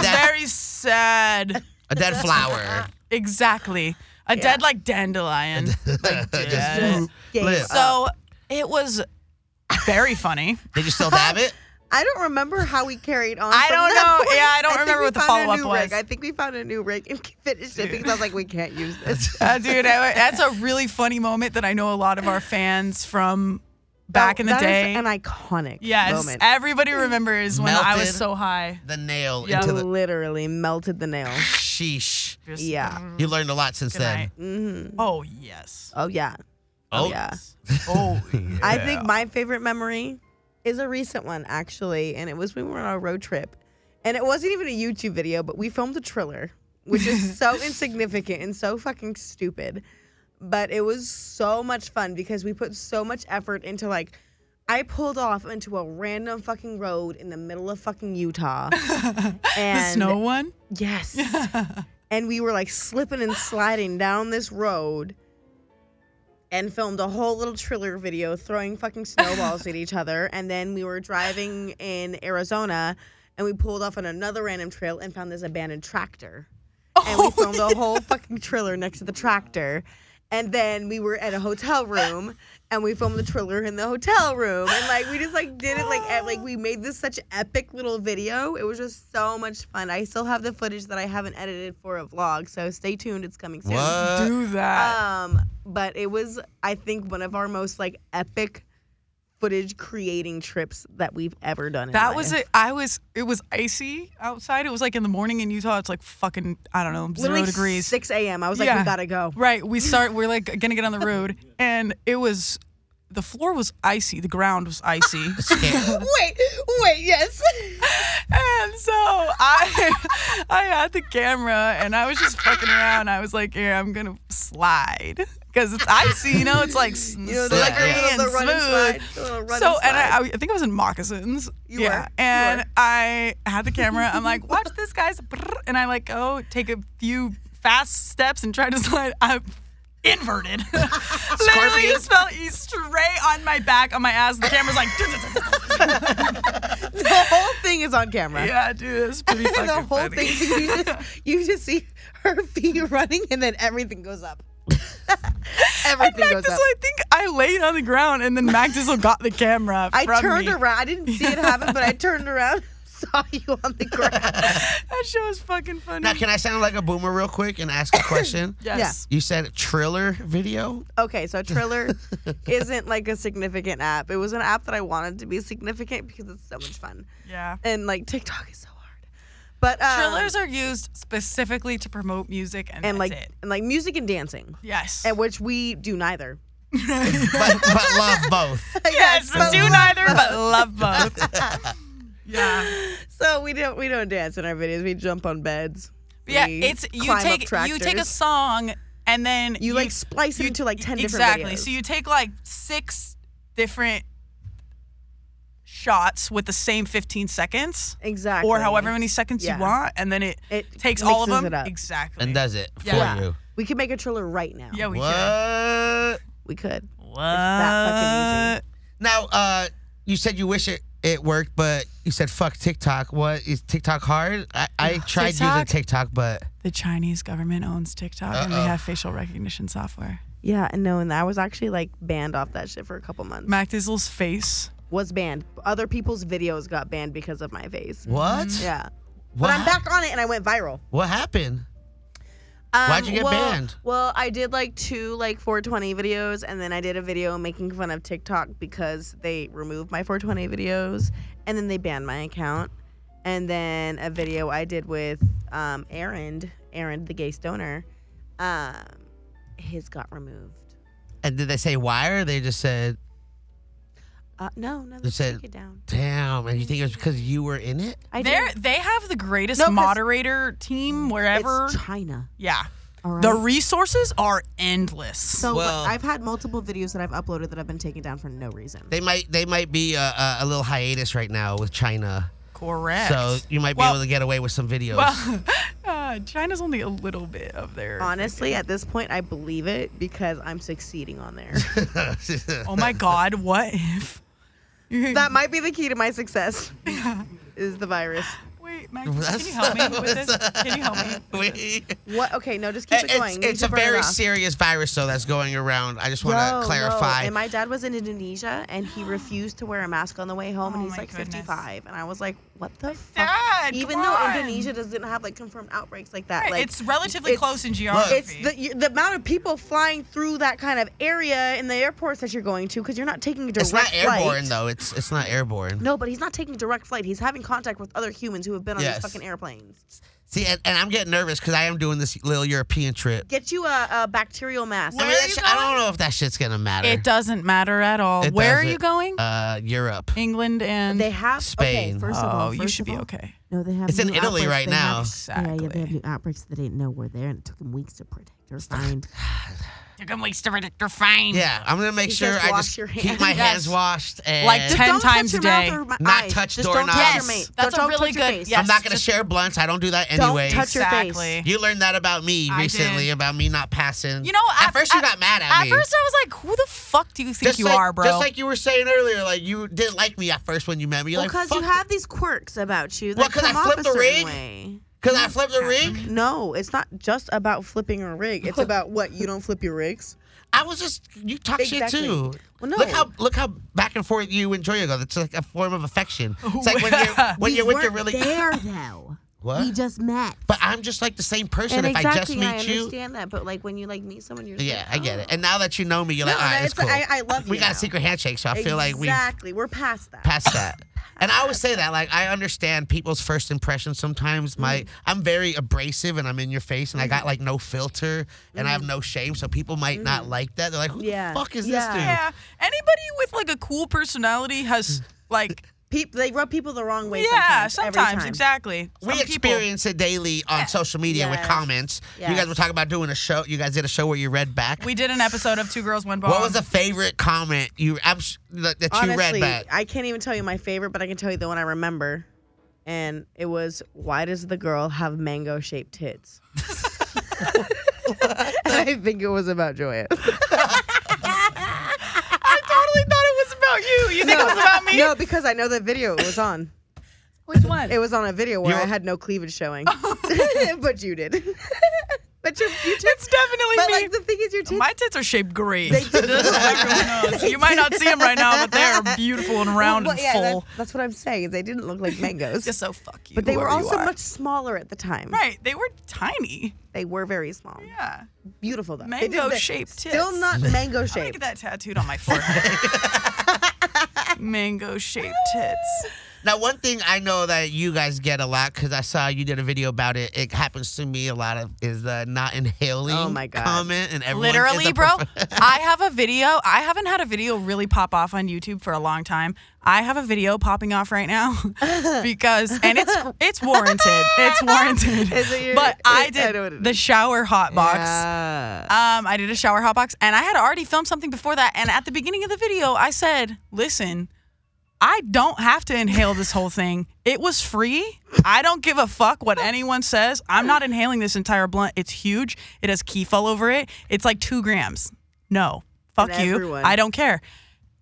Speaker 4: very sad.
Speaker 2: a dead flower.
Speaker 4: Exactly. A dead like dandelion. like dead.
Speaker 3: Just gave
Speaker 2: Lit.
Speaker 3: up.
Speaker 4: So it was very funny.
Speaker 2: Did you still dab it?
Speaker 3: I don't remember how we carried on.
Speaker 4: I
Speaker 3: from
Speaker 4: don't
Speaker 3: that
Speaker 4: know.
Speaker 3: point.
Speaker 4: Yeah, I don't
Speaker 3: think
Speaker 4: remember
Speaker 3: we
Speaker 4: what the
Speaker 3: found a
Speaker 4: follow-up
Speaker 3: new
Speaker 4: was.
Speaker 3: rig. I think we found a new rig and finished it because I was like, we can't use this.
Speaker 4: Uh, dude, I- that's a really funny moment that I know a lot of our fans from back in the
Speaker 3: Oh, That is
Speaker 4: day.
Speaker 3: an iconic
Speaker 4: yes,
Speaker 3: moment.
Speaker 4: everybody remembers when I was
Speaker 2: Melted.
Speaker 4: so high.
Speaker 2: The nail
Speaker 4: Yeah.
Speaker 2: into the
Speaker 3: Literally melted the nail.
Speaker 2: sheesh.
Speaker 4: Just-
Speaker 3: Yeah.
Speaker 2: You learned a lot since
Speaker 4: Good
Speaker 2: then.
Speaker 4: night.
Speaker 3: hmm
Speaker 4: Oh yes.
Speaker 3: Oh yeah.
Speaker 2: Oh.
Speaker 3: yeah.
Speaker 4: Oh. Yeah.
Speaker 3: I think my favorite memory is a recent one actually, and it was when we were on a road trip, and it wasn't even a YouTube video, but we filmed a trailer, which is so insignificant and so fucking stupid, but it was so much fun because we put so much effort into like. I pulled off into a random fucking road in the middle of fucking Utah.
Speaker 4: the
Speaker 3: and
Speaker 4: snow one.
Speaker 3: Yes. and we were like slipping and sliding down this road and filmed a whole little thriller video throwing fucking snowballs at each other. And then we were driving in Arizona and we pulled off on another random trail and found this abandoned tractor. And we filmed a whole fucking thriller next to the tractor. And then we were at a hotel room and we filmed the thriller in the hotel room. And like we just like did it like at, like we made this such epic little video. It was just so much fun. I still have the footage that I haven't edited for a vlog, so stay tuned. It's coming soon.
Speaker 2: What?
Speaker 4: Do that.
Speaker 3: Um, but it was I think one of our most like epic footage creating trips that we've ever done. in
Speaker 4: That was
Speaker 3: life.
Speaker 4: it. I was. It was icy outside. It was like in the morning in Utah. It's like fucking. I don't know. Zero
Speaker 3: Literally
Speaker 4: degrees.
Speaker 3: six a.m. I was like,
Speaker 4: Yeah.
Speaker 3: we gotta go.
Speaker 4: Right. We start. We're like gonna get on the road, and it was. The floor was icy. The ground was icy.
Speaker 2: Scared.
Speaker 3: Wait, wait, yes.
Speaker 4: and so I, I had the camera, and I was just fucking around. I was like, "Yeah, I'm gonna slide because it's icy. You know, it's like s-
Speaker 3: know, the
Speaker 4: slippery
Speaker 3: little-
Speaker 4: and
Speaker 3: the run and slide,
Speaker 4: smooth."
Speaker 3: the little run
Speaker 4: so,
Speaker 3: and
Speaker 4: and I,
Speaker 3: slide.
Speaker 4: I, I think I was in moccasins.
Speaker 3: You were,
Speaker 4: yeah.
Speaker 3: you
Speaker 4: And
Speaker 3: were.
Speaker 4: I had the camera. I'm like, watch this, guys. Brrr. And I like go take a few fast steps and try to slide. I'm inverted. Literally
Speaker 2: Scorpion.
Speaker 4: just fell straight on my back, on my ass. The camera's like,
Speaker 3: the whole thing is on camera.
Speaker 4: yeah, dude, it's pretty fucking
Speaker 3: the whole
Speaker 4: funny.
Speaker 3: thing so you just you just see her feet running and then everything goes up.
Speaker 4: And
Speaker 3: everything
Speaker 4: Mac
Speaker 3: goes
Speaker 4: just,
Speaker 3: up.
Speaker 4: I think I laid on the ground, and then Mac just got the camera.
Speaker 3: I
Speaker 4: from
Speaker 3: turned
Speaker 4: me.
Speaker 3: around. I didn't see it happen, but I turned around, saw you on the ground.
Speaker 4: That show was fucking funny.
Speaker 2: now, can I sound like a boomer real quick and ask a question?
Speaker 4: yes.
Speaker 2: You said Triller video?
Speaker 3: Okay, so Triller isn't like a significant app. It was an app that I wanted to be significant because it's so much fun,
Speaker 4: Yeah.
Speaker 3: and like TikTok is so hard. But um,
Speaker 4: Trailers are used specifically to promote music, and,
Speaker 3: and like
Speaker 4: that's it.
Speaker 3: and like music and dancing,
Speaker 4: Yes.
Speaker 3: and which we do neither.
Speaker 2: But, but love both.
Speaker 4: yes,
Speaker 3: but
Speaker 4: do
Speaker 3: love
Speaker 4: neither, but love both. yeah.
Speaker 3: So we don't we don't dance in our videos. We jump on beds.
Speaker 4: Yeah,
Speaker 3: We
Speaker 4: it's you
Speaker 3: climb up
Speaker 4: take you take a
Speaker 3: tractors.
Speaker 4: song and then
Speaker 3: You, like splice it into like ten
Speaker 4: exactly.
Speaker 3: different videos.
Speaker 4: So you take like six different shots with the same 15 seconds
Speaker 3: exactly
Speaker 4: or however many seconds
Speaker 3: Yeah.
Speaker 4: you want and then it,
Speaker 3: It
Speaker 4: takes all of
Speaker 3: mixes
Speaker 4: them
Speaker 3: it up.
Speaker 4: exactly.
Speaker 2: And does it for
Speaker 4: Yeah.
Speaker 2: you.
Speaker 3: we could make a trailer right now.
Speaker 4: yeah, we
Speaker 2: what?
Speaker 4: can.
Speaker 3: we could.
Speaker 4: What?
Speaker 3: that
Speaker 2: Now, uh, you said you wish it, it worked, but you said fuck TikTok. What is TikTok hard? I, I tried using
Speaker 4: TikTok?
Speaker 2: TikTok, but
Speaker 4: The Chinese government owns TikTok and they
Speaker 2: Uh-oh.
Speaker 4: have facial recognition software.
Speaker 3: Yeah, and no, and I was actually like banned off that shit for a couple months.
Speaker 4: Mac Diesel's face.
Speaker 3: was banned. Other people's videos got banned because of my face.
Speaker 2: what?
Speaker 3: Mm-hmm. Yeah.
Speaker 2: What,
Speaker 3: But I'm back on it and I went viral.
Speaker 2: what happened?
Speaker 3: Um,
Speaker 2: Why'd you get
Speaker 3: well-
Speaker 2: banned?
Speaker 3: Well, I did like two like 420 videos, and then I did a video making fun of TikTok because they removed my 420 videos, and then they banned my account. And then a video I did with um, Aaron, Aaron the gay stoner, um, his got removed.
Speaker 2: And did they say why, or they just said,
Speaker 3: Uh, no, no,
Speaker 2: They
Speaker 3: they
Speaker 2: said-
Speaker 3: took it down.
Speaker 2: "Damn"? And you think it was because you were in it?
Speaker 3: I did.
Speaker 4: They're, they have the greatest
Speaker 3: No, 'cause
Speaker 4: moderator team wherever.
Speaker 3: It's China.
Speaker 4: yeah.
Speaker 3: All right.
Speaker 4: The resources are endless.
Speaker 3: so like,
Speaker 2: Well-
Speaker 3: I've had multiple videos that I've uploaded that have been taken down for no reason.
Speaker 2: They might they might be uh, uh, a little hiatus right now with China,
Speaker 4: Correct.
Speaker 2: so you might be
Speaker 4: Well-
Speaker 2: able to get away with some videos.
Speaker 4: well, uh, China's only a little bit of their.
Speaker 3: Honestly, at this point, I believe it because I'm succeeding on there.
Speaker 4: Oh my God, what if?
Speaker 3: that might be the key to my success. Is the virus?
Speaker 4: Wait, Max, can you help me with this? Can you help me?
Speaker 2: We-
Speaker 3: What? Okay, no, just keep it
Speaker 2: it's
Speaker 3: going. We
Speaker 2: it's
Speaker 3: should
Speaker 2: a
Speaker 3: burn it
Speaker 2: very
Speaker 3: off.
Speaker 2: serious virus though that's going around. I just want
Speaker 3: Yo,
Speaker 2: to
Speaker 3: no,
Speaker 2: clarify.
Speaker 3: And my dad was in Indonesia, and he refused to wear a mask on the way home,
Speaker 4: Oh
Speaker 3: and he's
Speaker 4: my
Speaker 3: like
Speaker 4: goodness.
Speaker 3: 55, and I was like, "What the fuck?"
Speaker 4: Dad,
Speaker 3: Even
Speaker 4: come
Speaker 3: though
Speaker 4: on.
Speaker 3: Indonesia doesn't have like confirmed outbreaks like that, like
Speaker 4: it's relatively
Speaker 3: it's-
Speaker 4: close in geography.
Speaker 3: it's the you- the amount of people flying through that kind of area in the airports that you're going to because you're not taking a direct
Speaker 2: it's not airborne
Speaker 3: flight.
Speaker 2: though. It's it's not airborne.
Speaker 3: No, but he's not taking direct flight. He's having contact with other humans who have been on
Speaker 2: Yes.
Speaker 3: these fucking airplanes.
Speaker 2: See, and, and I'm getting nervous because I am doing this little European trip.
Speaker 3: Get you a, a bacterial mask.
Speaker 2: I, mean, that shit- I don't know if that shit's gonna matter.
Speaker 5: It doesn't matter at all.
Speaker 2: It
Speaker 5: Where are
Speaker 2: doesn't.
Speaker 5: you going?
Speaker 2: Uh, Europe.
Speaker 4: England and.
Speaker 3: They have
Speaker 2: Spain.
Speaker 3: Okay, first of all,
Speaker 4: oh, you
Speaker 3: first
Speaker 4: should
Speaker 3: of
Speaker 4: be
Speaker 3: all-
Speaker 4: okay.
Speaker 3: No, they have.
Speaker 2: It's in
Speaker 3: new
Speaker 2: Italy
Speaker 3: outbreaks.
Speaker 2: right
Speaker 3: They
Speaker 2: now.
Speaker 3: Have, Yeah, yeah, they have
Speaker 4: Exactly.
Speaker 3: new outbreaks that they didn't know were there, and it took them weeks to predict or find.
Speaker 5: You're gonna waste a predictor fine.
Speaker 2: Yeah, I'm gonna make
Speaker 3: You
Speaker 2: sure
Speaker 3: just
Speaker 2: I
Speaker 3: wash
Speaker 2: just
Speaker 3: your
Speaker 2: keep
Speaker 3: hands.
Speaker 2: my
Speaker 3: Yes.
Speaker 2: hands washed and
Speaker 5: Like
Speaker 3: Just
Speaker 5: 10
Speaker 3: don't touch
Speaker 5: times
Speaker 3: your
Speaker 5: a day.
Speaker 3: mouth or my
Speaker 2: Not
Speaker 3: eyes.
Speaker 2: touch
Speaker 3: Just don't touch
Speaker 2: doorknobs.
Speaker 3: your mate.
Speaker 5: That's
Speaker 3: Don't
Speaker 5: a
Speaker 3: touch
Speaker 5: really
Speaker 3: your
Speaker 5: good-
Speaker 3: face.
Speaker 5: yes.
Speaker 2: I'm not
Speaker 5: Yes,
Speaker 2: gonna
Speaker 5: just-
Speaker 2: share blunts. I don't do that
Speaker 3: Don't
Speaker 2: anyway.
Speaker 3: touch your
Speaker 4: Exactly.
Speaker 3: face.
Speaker 2: You learned that about me
Speaker 4: I
Speaker 2: recently
Speaker 4: did.
Speaker 2: about me not passing.
Speaker 5: You know,
Speaker 2: at,
Speaker 5: at-
Speaker 2: first you
Speaker 5: at-
Speaker 2: got mad at,
Speaker 5: At
Speaker 2: me.
Speaker 5: first, I was like, "Who the fuck do you think
Speaker 2: just
Speaker 5: you
Speaker 2: like,
Speaker 5: are, bro?"
Speaker 2: Just like you were saying earlier, like you didn't like me at first when you met me. You're
Speaker 3: Because
Speaker 2: like,
Speaker 3: you have these quirks about you that
Speaker 2: What, 'cause I
Speaker 3: come off
Speaker 2: flipped
Speaker 3: a
Speaker 2: the
Speaker 3: certain
Speaker 2: rig?
Speaker 3: way.
Speaker 2: because I flipped the rig.
Speaker 3: No, it's not just about flipping a rig. It's about what you don't flip your rigs.
Speaker 2: I was just you talk
Speaker 3: Exactly.
Speaker 2: shit too.
Speaker 3: Well, no.
Speaker 2: Look how look how back and forth you and Joya go. It's like a form of affection. It's like when you're when
Speaker 3: We
Speaker 2: you're with your
Speaker 3: weren't
Speaker 2: really
Speaker 3: there though.
Speaker 2: What?
Speaker 3: We just met.
Speaker 2: But I'm just like the same person
Speaker 3: and
Speaker 2: if
Speaker 3: exactly,
Speaker 2: I just
Speaker 3: I
Speaker 2: meet you.
Speaker 3: understand that. But like when you like meet someone, you're just
Speaker 2: Yeah,
Speaker 3: like,
Speaker 2: I get
Speaker 3: oh.
Speaker 2: it. And now that you know me, you're
Speaker 3: No,
Speaker 2: like, all right,
Speaker 3: no,
Speaker 2: it's
Speaker 3: it's-
Speaker 2: cool.
Speaker 3: I- I love
Speaker 2: We
Speaker 3: you
Speaker 2: got a
Speaker 3: now.
Speaker 2: secret handshake, so I feel like we've
Speaker 3: exactly we're past that.
Speaker 2: past that. And I always say that, like, I understand people's first impressions sometimes.
Speaker 3: Mm.
Speaker 2: My I'm very abrasive and I'm in your face and I got like no filter and I have no shame. So people might not like that. They're like, who
Speaker 3: Mm. Yeah.
Speaker 2: the fuck is
Speaker 3: Yeah.
Speaker 2: this dude?
Speaker 4: Yeah. Anybody with like a cool personality has like
Speaker 3: Peop they rub people the wrong way.
Speaker 4: yeah,
Speaker 3: sometimes, every
Speaker 4: sometimes
Speaker 3: time.
Speaker 4: exactly.
Speaker 2: We
Speaker 4: Some people-
Speaker 2: experience it daily on social media with
Speaker 3: Yes.
Speaker 2: comments. You
Speaker 3: Yes.
Speaker 2: guys were talking about doing a show. You guys did a show where you read back.
Speaker 4: We did an episode of Two Girls One Bomb.
Speaker 2: what was the favorite comment you I'm s- that that you
Speaker 3: Honestly, uh,
Speaker 2: read back?
Speaker 3: I can't even tell you my favorite, but I can tell you the one I remember, and it was why does the girl have mango shaped tits? and I think it was about Joya.
Speaker 4: I totally thought it was about you. You think it was about me?
Speaker 3: No, because I know that video it was on.
Speaker 4: Which one? Oh,
Speaker 3: It was on a video where
Speaker 2: You-
Speaker 3: I had no cleavage showing, but you did. but your, your
Speaker 4: it's
Speaker 3: tits.
Speaker 4: definitely
Speaker 3: But
Speaker 4: me.
Speaker 3: like the thing is, your tits.
Speaker 4: My tits are shaped great.
Speaker 3: They do.
Speaker 4: Just so everyone knows. You might not see them right now, but they are beautiful and round
Speaker 3: Well,
Speaker 4: and
Speaker 3: yeah, that-
Speaker 4: full.
Speaker 3: that's what I'm saying. Is they didn't look like mangoes.
Speaker 4: Just so fuck you.
Speaker 3: But they were
Speaker 4: whoever you
Speaker 3: also
Speaker 4: are.
Speaker 3: much smaller at the time.
Speaker 4: right. They were tiny.
Speaker 3: They were very small.
Speaker 4: Yeah.
Speaker 3: Beautiful though. They did-
Speaker 4: Mango
Speaker 3: they-
Speaker 4: shaped tits.
Speaker 3: Still not mango
Speaker 4: I'm gonna get
Speaker 3: shaped.
Speaker 4: that tattooed on my forehead. Mango shaped tits.
Speaker 2: Now, one thing I know that you guys get a lot because I saw you did a video about it. It happens to me a lot of is the not inhaling.
Speaker 3: Oh my God.
Speaker 2: Comment and everyone is
Speaker 5: Literally,
Speaker 2: a
Speaker 5: bro.
Speaker 2: prof-
Speaker 5: I have a video. I haven't had a video really pop off on YouTube for a long time. I have a video popping off right now because, and it's it's warranted. It's warranted.
Speaker 3: Is it your-
Speaker 5: but I
Speaker 3: I
Speaker 5: did
Speaker 3: know what it
Speaker 5: the shower hot box.
Speaker 3: Uh,
Speaker 5: Um, I did a shower hot box, and I had already filmed something before that. And at the beginning of the video, I said, "Listen, I don't have to inhale this whole thing. It was free. I don't give a fuck what anyone says. I'm not inhaling this entire blunt. It's huge. It has keef all over it. It's like two grams. No, fuck
Speaker 3: And
Speaker 5: you.
Speaker 3: everyone-
Speaker 5: I don't care."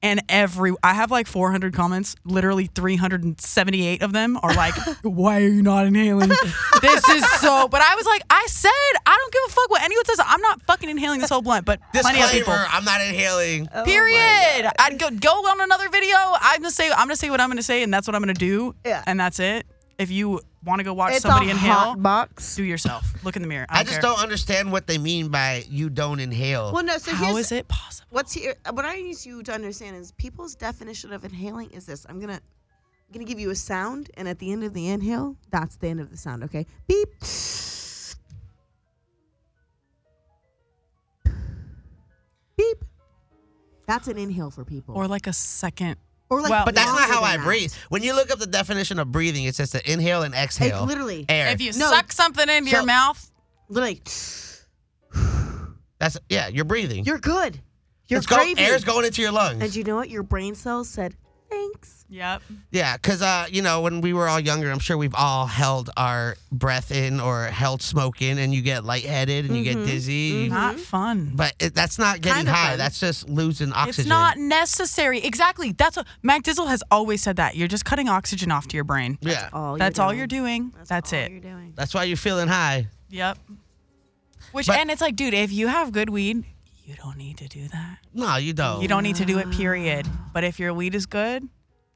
Speaker 5: And every, I have like 400 comments. Literally 378 of them are like, "Why are you not inhaling? this is so." But I was like, I said I don't give a fuck what anyone says. I'm not fucking inhaling this whole blunt. But plenty of people.
Speaker 2: Disclaimer: I'm not inhaling.
Speaker 4: Oh,
Speaker 3: Oh
Speaker 5: Period. I'd go go on another video. I'm gonna say I'm gonna say what I'm gonna say, and that's what I'm gonna do.
Speaker 3: Yeah.
Speaker 5: And that's it. If you want to go watch
Speaker 3: It's
Speaker 5: somebody
Speaker 3: a
Speaker 5: inhale,
Speaker 3: hot box.
Speaker 5: do yourself. Look in the mirror. I,
Speaker 2: I just
Speaker 5: care.
Speaker 2: don't understand what they mean by you don't inhale.
Speaker 3: Well, no. So
Speaker 5: How
Speaker 3: here's
Speaker 5: is it possible?
Speaker 3: what's here. What I need you to understand is people's definition of inhaling is this. I'm gonna, I'm gonna give you a sound, and at the end of the inhale, that's the end of the sound. Okay. Beep. Beep. That's an inhale for people.
Speaker 5: Or like a second.
Speaker 3: or like
Speaker 5: well,
Speaker 2: but that's not
Speaker 3: longer
Speaker 2: how
Speaker 3: than
Speaker 2: I
Speaker 3: that.
Speaker 2: breathe. When you look up the definition of breathing, it says to inhale and
Speaker 3: Like,
Speaker 2: exhale.
Speaker 3: literally,
Speaker 2: air.
Speaker 5: If you
Speaker 3: No.
Speaker 5: suck something into
Speaker 2: So-
Speaker 5: your mouth,
Speaker 3: literally,
Speaker 2: that's yeah, you're breathing.
Speaker 3: you're good. You're
Speaker 2: it's go-
Speaker 3: craving.
Speaker 2: air's going into your lungs.
Speaker 3: And you know what? Your brain cells said thanks.
Speaker 5: yep.
Speaker 2: Yeah, because uh, you know, when we were all younger, I'm sure we've all held our breath in or held smoke in, and you get lightheaded and you
Speaker 3: Mm-hmm.
Speaker 2: get dizzy.
Speaker 5: Not fun.
Speaker 2: But it, that's not getting
Speaker 3: Kind of
Speaker 2: high.
Speaker 3: fun.
Speaker 2: That's just losing oxygen.
Speaker 5: It's not necessary. Exactly. That's what Mac Dizzle has always said that. You're just cutting oxygen off to your brain.
Speaker 2: Yeah,
Speaker 3: All
Speaker 5: That's all you're
Speaker 3: doing.
Speaker 5: doing. That's,
Speaker 3: all
Speaker 5: it.
Speaker 3: You're doing.
Speaker 2: that's why you're feeling high.
Speaker 5: Yep. Which
Speaker 2: But-
Speaker 5: and it's like, dude, if you have good weed, you don't need to do that.
Speaker 2: No, you don't.
Speaker 5: Oh, You don't need to do it, period. But if your weed is good,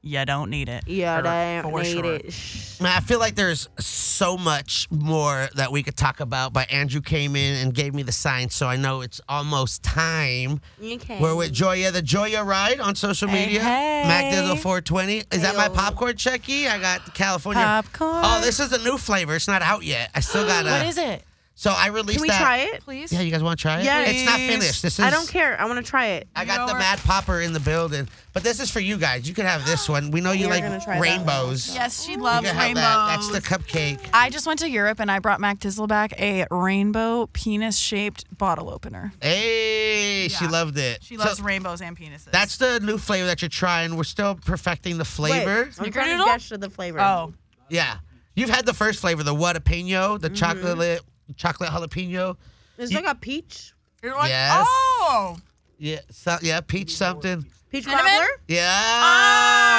Speaker 5: you don't need it.
Speaker 3: Yeah,
Speaker 5: For-
Speaker 3: they
Speaker 5: for
Speaker 3: need
Speaker 5: sure.
Speaker 3: it. Shh.
Speaker 2: Man, I feel like there's so much more that we could talk about, but Andrew came in and gave me the sign, so I know it's almost time.
Speaker 3: Okay.
Speaker 2: We're with Joya, the Joya Ride on social
Speaker 5: Hey,
Speaker 2: media.
Speaker 5: hey.
Speaker 2: MacDizzle420. Is that my
Speaker 3: Heyo.
Speaker 2: popcorn checky? I got the California.
Speaker 5: Popcorn.
Speaker 2: Oh, this is a new flavor. It's not out yet. I still got
Speaker 5: What
Speaker 2: to
Speaker 5: is it?
Speaker 2: So I released
Speaker 3: Can we
Speaker 2: that.
Speaker 3: try it?
Speaker 5: Please.
Speaker 2: Yeah, you guys want to try it?
Speaker 3: Yes.
Speaker 2: It's not finished. This is.
Speaker 3: I don't care. I want to try it.
Speaker 2: I got the Mad Popper in the building, but this is for you guys. You can have this one. We know you
Speaker 3: We're
Speaker 2: like
Speaker 3: gonna try that
Speaker 2: rainbows.
Speaker 5: Yes, she
Speaker 2: You
Speaker 5: loves
Speaker 2: can have that. That's the cupcake.
Speaker 5: I just went to Europe and I brought Mac Dizzle back a rainbow penis shaped bottle opener.
Speaker 2: Hey, she
Speaker 4: Yeah.
Speaker 2: loved it.
Speaker 4: She
Speaker 2: So
Speaker 4: loves rainbows and penises.
Speaker 2: that's the new flavor that you're trying. We're still perfecting the flavor.
Speaker 3: Wait, I'm trying to
Speaker 5: Snickerdoodle?
Speaker 3: guess to the flavor.
Speaker 4: oh,
Speaker 2: Yeah. You've had the first flavor, the jalapeno, the chocolate chocolate jalapeno.
Speaker 3: it's
Speaker 2: You-
Speaker 3: like a peach,
Speaker 4: you're like
Speaker 2: Yes.
Speaker 4: oh.
Speaker 2: Yeah, so, yeah, peach something.
Speaker 3: peach
Speaker 5: Cinnamon?
Speaker 3: cobbler.
Speaker 2: Yeah.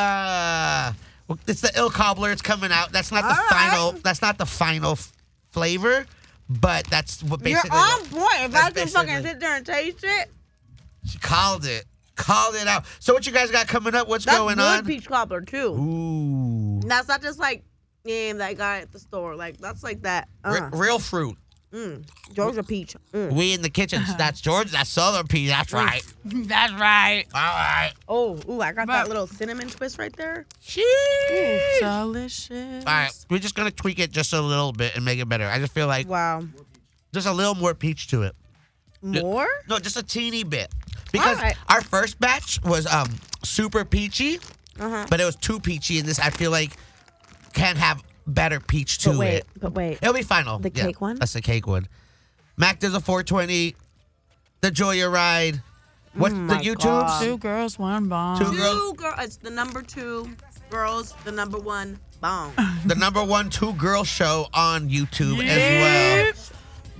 Speaker 2: Well, it's the ill cobbler. It's coming out. That's not the final. That's not the final f- flavor, but that's what
Speaker 3: You're
Speaker 2: basically
Speaker 3: on point. If I
Speaker 2: that's
Speaker 3: could fucking
Speaker 2: basically-
Speaker 3: sit there and taste it,
Speaker 2: she called it. Called it out. So what you guys got coming up? What's
Speaker 3: that's
Speaker 2: going
Speaker 3: good
Speaker 2: on?
Speaker 3: peach cobbler too.
Speaker 2: Ooh.
Speaker 3: That's not just like yeah, that guy at the store. Like that's like that.
Speaker 2: Re-
Speaker 3: Uh,
Speaker 2: real fruit.
Speaker 3: Georgia peach. Mm.
Speaker 2: We in the kitchen. That's George. That's Southern P. That's right.
Speaker 5: That's right.
Speaker 2: All right.
Speaker 3: Oh, ooh, I got that
Speaker 4: But-
Speaker 3: little cinnamon twist right there.
Speaker 5: Delicious.
Speaker 2: All right. We're just gonna tweak it just a little bit and make it better. I just feel like
Speaker 3: Wow,
Speaker 2: just a little more peach to it.
Speaker 3: more.
Speaker 2: No, just a teeny bit. Because
Speaker 3: All right.
Speaker 2: our first batch was um super peachy,
Speaker 3: Uh-huh.
Speaker 2: but it was too peachy, and this I feel like can have better peach to
Speaker 3: But wait,
Speaker 2: it.
Speaker 3: but wait.
Speaker 2: It'll be final.
Speaker 3: The
Speaker 2: Yeah,
Speaker 3: cake one?
Speaker 2: That's the cake one. Mac does a 420. The Joya Ride. What's the
Speaker 3: Mm, my
Speaker 2: YouTube's?
Speaker 3: God.
Speaker 5: Two girls, one bomb.
Speaker 2: um, Two girls.
Speaker 3: Two girl. It's the number two girls. The number one bong.
Speaker 2: The number one two girl show on YouTube
Speaker 5: Yep.
Speaker 2: as well.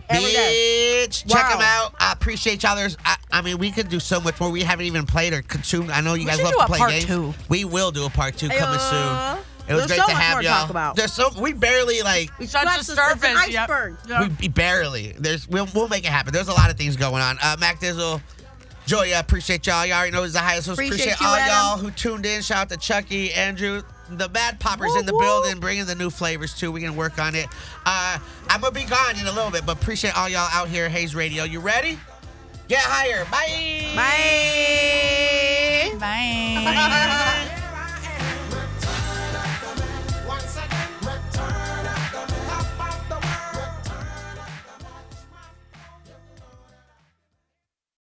Speaker 3: Every day.
Speaker 2: Bitch, check
Speaker 3: Wow.
Speaker 2: them out. I appreciate y'all. There's, I, I mean, we could do so much more. We haven't even played or consumed. I know you guys
Speaker 5: should
Speaker 2: love
Speaker 5: do
Speaker 2: to
Speaker 5: a
Speaker 2: play
Speaker 5: part
Speaker 2: games.
Speaker 5: two.
Speaker 2: We will do a part two coming
Speaker 3: Yeah.
Speaker 2: soon. It was great
Speaker 3: There's so
Speaker 2: to
Speaker 3: much
Speaker 2: have
Speaker 3: more to
Speaker 2: y'all.
Speaker 3: talk about.
Speaker 2: There's so we barely like
Speaker 3: We
Speaker 4: Such a
Speaker 3: scratched the- that's an
Speaker 4: surface, yep.
Speaker 3: iceberg.
Speaker 2: we we barely. There's we'll we'll make it happen. There's a lot of things going on. Uh, Mac Dizzle. Joya, appreciate y'all. Y'all already know it's the highest host.
Speaker 3: Appreciate
Speaker 2: Appreciate,
Speaker 3: you,
Speaker 2: all
Speaker 3: Adam.
Speaker 2: y'all who tuned in. Shout out to Chucky, Andrew, the Mad Poppers in the building, bringing the new flavors too. We can work on it. Uh, I'm gonna be gone in a little bit, but appreciate all y'all out here. at Hayes Radio, you ready? Get higher. Bye.
Speaker 3: Bye.
Speaker 5: Bye.
Speaker 2: Bye.